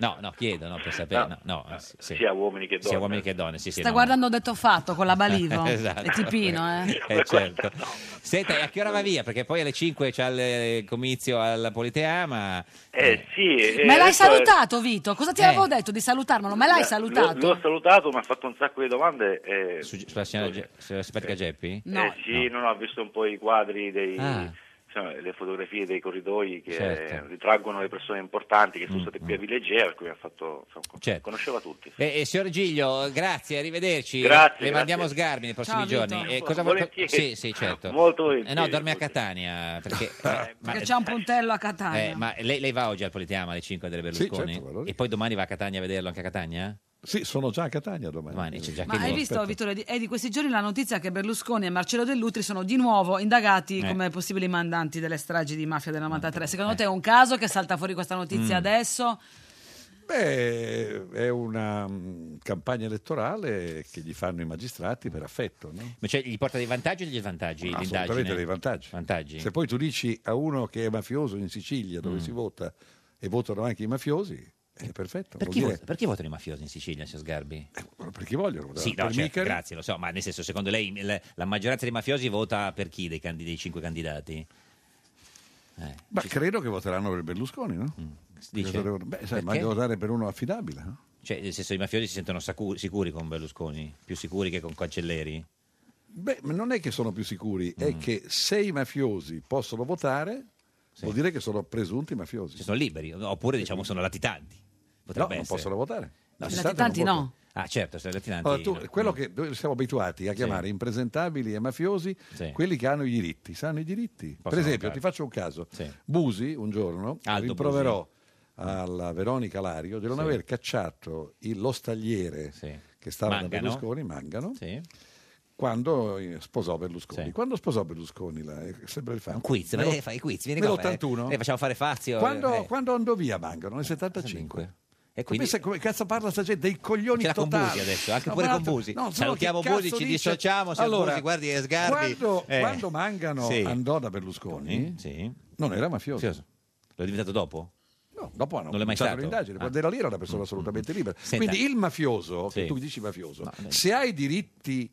No, no, chiedo, no, per sapere. No, no, sì, sì.
Ah, sia uomini che
Sia
donne.
uomini che donne, sì, sì.
Sta
no.
guardando detto fatto con la balivo.
Esatto.
È tipino, eh.
Eh, certo. Senta, e a che ora va via? Perché poi alle 5 c'è il eh, comizio al Politeama.
Eh, sì, eh,
Me l'hai
adesso è-
salutato, Vito? Cosa ti
Eh.
avevo detto di salutarmelo? Me l'hai
L'ho-
salutato?
L'ho salutato, mi ha fatto un sacco di domande. eh,
Sulla signora Ge- sulla simpatica Geppi?
eh, sì, non ho visto un po' i quadri dei...
Ah.
insomma, le fotografie dei corridoi che
Certo. Mm,
ritraggono le persone importanti che sono state qui a Villegea, per cui ha fatto, insomma, con-
Certo.
conosceva tutti.
Eh, eh, signor Giglio, grazie, arrivederci.
Grazie,
Le
grazie.
mandiamo sgarbi nei prossimi
Ciao, Vito.
giorni. Eh, cosa vuol-
Volentieri.
Sì, sì, certo.
Molto
Eh, no, dorme a Catania. Perché, eh, ma,
Perché c'è un puntello a Catania.
eh, ma lei, lei va oggi al Politeama alle 5 delle Berlusconi?
certo, vado lì.
e poi domani va a Catania a vederlo anche a Catania?
Sì, sono già a Catania domani.
Domani c'è già
Ma hai visto, Vittorio, di- è di questi giorni la notizia che Berlusconi e Marcello Dell'Utri sono di nuovo indagati
Eh. Ah,
come possibili mandanti delle stragi di mafia del 93. Secondo te è un caso che salta fuori questa notizia
Mm.
adesso?
Beh, è una mm, campagna elettorale che gli fanno i magistrati per affetto, no?
Ma cioè, gli porta dei vantaggi o degli svantaggi?
Assolutamente
l'indagine?
dei vantaggi.
Vantaggi?
Se poi tu dici a uno che è mafioso in Sicilia dove
Mm.
si vota e votano anche i mafiosi, è perfetto.
Perché
vuol
vota- perché votano i mafiosi in Sicilia, signor Sgarbi?
Perché vogliono votare
Sì, no,
per
certo,
Micari.
grazie, lo so, ma nel senso, secondo lei il- la maggioranza dei mafiosi vota per chi dei, candi- dei cinque candidati? Eh,
Ma credo che voteranno per Berlusconi,
Mm.
no?
dice?
Credo devono- Beh, sai, ma
Perché?
devo votare per uno affidabile, no?
Cioè, nel senso, i mafiosi si sentono sacu- sicuri con Berlusconi, più sicuri che con Cancelleri?
Beh, ma non è che sono più sicuri, è
Mm.
che se i mafiosi possono votare, vuol dire che sono presunti mafiosi.
Cioè, sono liberi, oppure diciamo sono latitanti. Potrebbe
non
essere.
possono votare.
No,
I
sì.
latitanti non votano.
Ah, certo, se i latitanti.
Allora, tu-
no.
quello che noi siamo abituati a chiamare impresentabili e mafiosi,
Sì.
quelli che hanno i diritti, sanno i diritti. per
Possono
esempio,
votare.
ti faccio un caso.
Sì.
Busi, un giorno,
Aldo Mm.
rimproverò alla Veronica Lario di non
Sì.
aver cacciato il- lo stagliere che stava da
Mangano.
Berlusconi, Mangano, quando eh, sposò Berlusconi. Quando sposò Berlusconi, la- è sempre il fan.
Un quiz, ma lei fa i quiz, viene qua,
Nell'81.
eh, le facciamo fare Fazio.
Quando,
eh.
quando andò via Mangano? Nel 75.
E quindi-
come, se- come cazzo parla sta gente? Dei coglioni
Ce l'ha con
totali.
Busi adesso, anche
No,
pure
ma
con
l'altro-
Busi.
no, solo
Salutiamo
che cazzo
Busi, ci
dice?
dissociamo, signor Busi, guardi, eh, Sgarbi.
Quando,
Eh.
quando Mangano
Sì.
andò da Berlusconi,
Sì.
non era mafioso.
Mafioso. L'ho diventato dopo?
No, dopo hanno
Non l'è mai
cominciato
stato?
l'indagine,
Ah. mm.
quando era lì era una persona assolutamente libera.
Senta.
Quindi il mafioso, che
Sì.
tu dici mafioso,
no.
se ha i diritti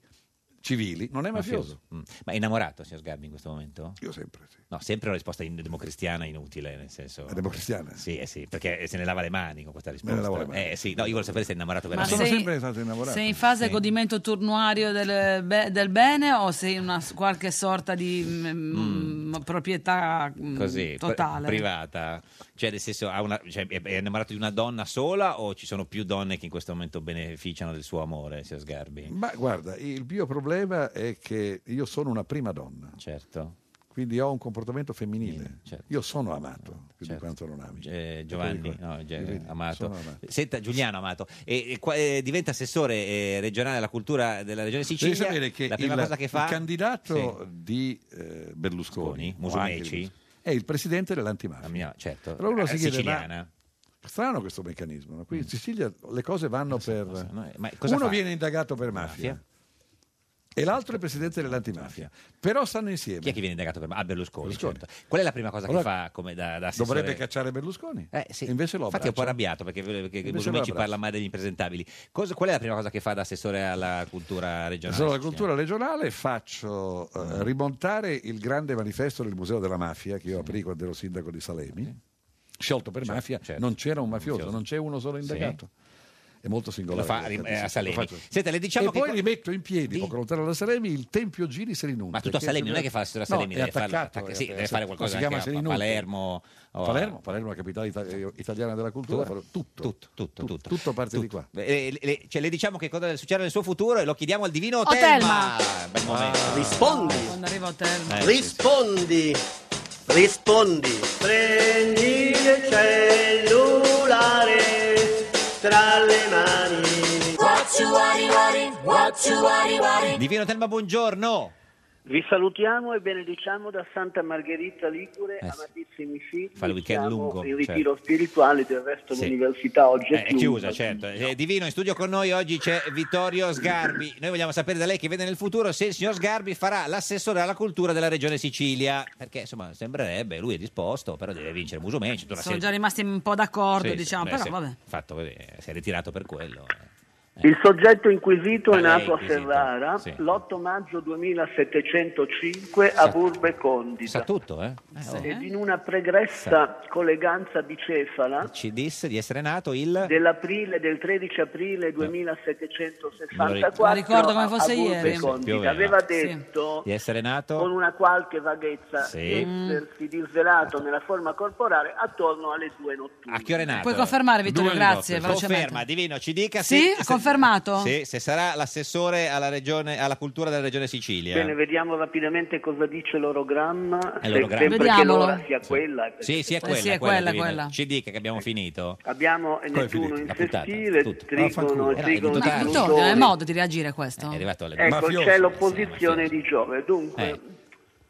civili non è mafioso.
Mm. Ma è innamorato, signor Sgarbi, in questo momento?
Io sempre, sì.
No, sempre una risposta in- democristiana inutile, nel senso...
democristiana?
Sì, eh sì, perché se ne lava le mani con questa risposta.
lavo le mani.
Eh sì, no, io voglio sapere se è innamorato
Ma
veramente.
sono
sei-
sempre stato innamorato.
Sei in fase godimento turnuario del, be- del bene o sei in una s- qualche sorta di mm, mm, proprietà mm,
Così, pri-
totale?
privata. Cioè, nel senso, ha una- cioè, è è innamorato di una donna sola o ci sono più donne che in questo momento beneficiano del suo amore, signor Sgarbi?
Mm.
Ma guarda, il mio problema è che io sono una prima donna.
Certo.
Quindi ho un comportamento femminile. Io sono amato più
Certo.
di quanto non ami.
Eh, Giovanni, no, Ge-
Vedi,
Amato.
sono amato.
Senta, Giuliano Amato, e, e qua- eh, diventa assessore eh, regionale alla cultura della regione Sicilia.
Devi sapere che,
la prima
il,
cosa che fa
il candidato
Sì.
di eh, Berlusconi,
Musumeci.
o anche Berlusconi, è il presidente dell'antimafia.
certo.
Allora uno
Eh,
si chiede,
siciliana.
ma strano questo meccanismo. no? Qui in Sicilia le cose vanno per...
ma cosa
uno
fa?
viene indagato per mafia. E l'altro è presidente dell'antimafia. Però stanno insieme.
Chi è che viene indagato per mafia? Ah, Berlusconi, certo. Qual è la prima cosa che
Allora,
fa come da, da assessore?
Dovrebbe cacciare Berlusconi.
Eh, sì.
E Invece lo
Infatti è un po'
abbraccia.
arrabbiato perché, perché
Invece
Musumeci
lo abbraccia.
parla mai degli impresentabili. Cosa- qual è la prima cosa che fa da assessore alla cultura regionale?
Sono la cultura regionale, faccio
Mm.
eh, rimontare il grande manifesto del Museo della Mafia che io aprì quando ero sindaco di Salemi, sciolto per
Certo,
mafia, non c'era un mafioso, non c'è uno solo indagato. È molto
Lo
singolare.
fa ri-
Lo
eh, a Salemi.
faccio.
Senta, le diciamo
e
che
poi
qua-
rimetto in piedi,
Sì.
poco lontano da Salemi, il Tempio Giri Selinunte.
Ma tutto a
che
Salemi, non è che fa solo a Salemi,
no, è
deve, farlo-
attaccato,
attacca-
è-
sì,
è-
deve fare qualcosa
si chiama
anche a- a
Selinunte.
Palermo. o a-
Palermo, Palermo è la capitale ita- italiana della cultura, però tutto, tutto,
tutto, tutto,
parte di qua.
Eh, le- le- cioè, le diciamo che cosa succederà nel suo futuro e lo chiediamo al divino
O
Telma. Bel momento.
Ah.
Eh,
Rispondi,
Quando arriva Otelma.
rispondi, rispondi. Prendi il cellulare tra le mani.
Divino Telma, buongiorno.
Vi salutiamo e benediciamo da Santa Margherita Ligure,
Eh sì.
amatissimi figli.
Fa il weekend
Siamo
lungo,
In
certo.
ritiro spirituale, del resto
Sì.
l'università oggi
Eh,
è,
è chiusa, certo. Eh, Divino, in studio con noi oggi c'è Vittorio Sgarbi. Noi vogliamo sapere da lei che vede nel futuro se il signor Sgarbi farà l'assessore alla cultura della regione Sicilia. Perché insomma sembrerebbe, lui è disposto, però deve vincere Musumeci. tutta una
Sono
serie-
già rimasti un po' d'accordo,
Sì,
diciamo,
beh,
però
si è-
vabbè.
Fatto, eh, si è ritirato per quello.
Il soggetto inquisito
Ah,
è nato a
lei, inquisito,
Ferrara
sì.
l'8 maggio 2705 a
Sa-
Burbe Condita.
Sa tutto, eh?
Ed in una pregressa colleganza bicefala
Ci disse di essere nato il...
dell'aprile, del 13 aprile 2764
Me lo ricordo come
fosse
a Burbe
ieri.
Condita,
Più o meno.
aveva
Sì.
detto
Di essere nato...
con una qualche vaghezza
Sì.
di essersi disvelato nella forma corporale attorno alle due notturne.
A che ora è nato?
Puoi confermare, Vittorio,
Due
grazie,
minuti.
velocemente.
Conferma, Divino, ci dica
Sì?
se-
Ha
se-
confermato?
Sì, se sarà l'assessore alla, regione, alla cultura della regione Sicilia.
Bene, vediamo rapidamente cosa dice l'orogramma.
È Eh, l'orogramma.
Se sempre che
Vediamolo.
l'ora sia quella. eh,
Sì, sì, è quella,
sì, è
è quella,
quella,
Divino.
quella.
Ci dica che abbiamo finito.
Abbiamo Nettuno in sestile, trigono,
Era tutto
trigono,
tardi.
Plutone.
Vittorio, è modo di reagire a questo?
È arrivato alle
Ecco, c'è l'opposizione di Giove. Dunque,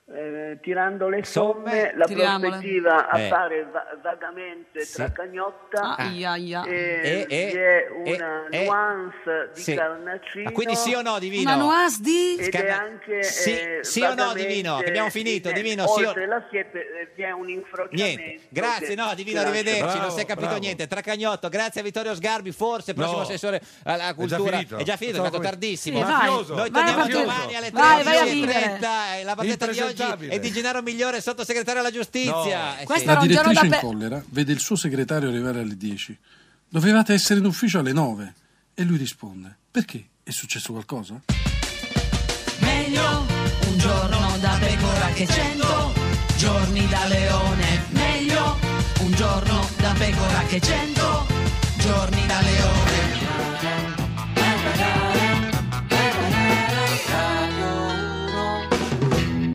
Eh.
eh, tirando le
Somme,
somme, la
tiriamole.
prospettiva
Eh.
appare va- vagamente
Sì.
tra cagnotta
Ah.
Ia, ia.
e
Eh, eh,
vi è
eh,
una
eh.
nuance di
Sì.
carnacino.
Ah, quindi sì o no, Divino?
Una nuance di-
Ed è
Scarna-
anche,
Sì,
eh,
sì o no,
vagamente-
Divino? Che abbiamo finito,
sì, eh,
Divino, sì o-
Oltre la siepe eh, vi è un infrociamento.
Niente, grazie,
che-
no, Divino,
Grazie.
arrivederci, non si è
Bravo,
capito
bravo.
niente. Tracagnotto, grazie a Vittorio Sgarbi, forse prossimo
No,
assessore alla cultura.
finito.
È già finito,
Pensavo
è arrivato
come-
tardissimo.
Sì, vai. Mafioso. Vai
Noi
a
torniamo
partire.
domani alle
Vai, vai a vivere.
13.30. La partita di oggi è di
Impresentabile.
Gennaro Migliore, sottosegretario alla giustizia. Eh sì.
La direttrice in collera vede il suo segretario arrivare alle 10. Dovevate essere in ufficio alle 9. E lui risponde: Perché? È successo qualcosa?
Meglio un giorno da pecora che cento giorni da leone. Meglio un giorno da pecora che cento giorni da leone.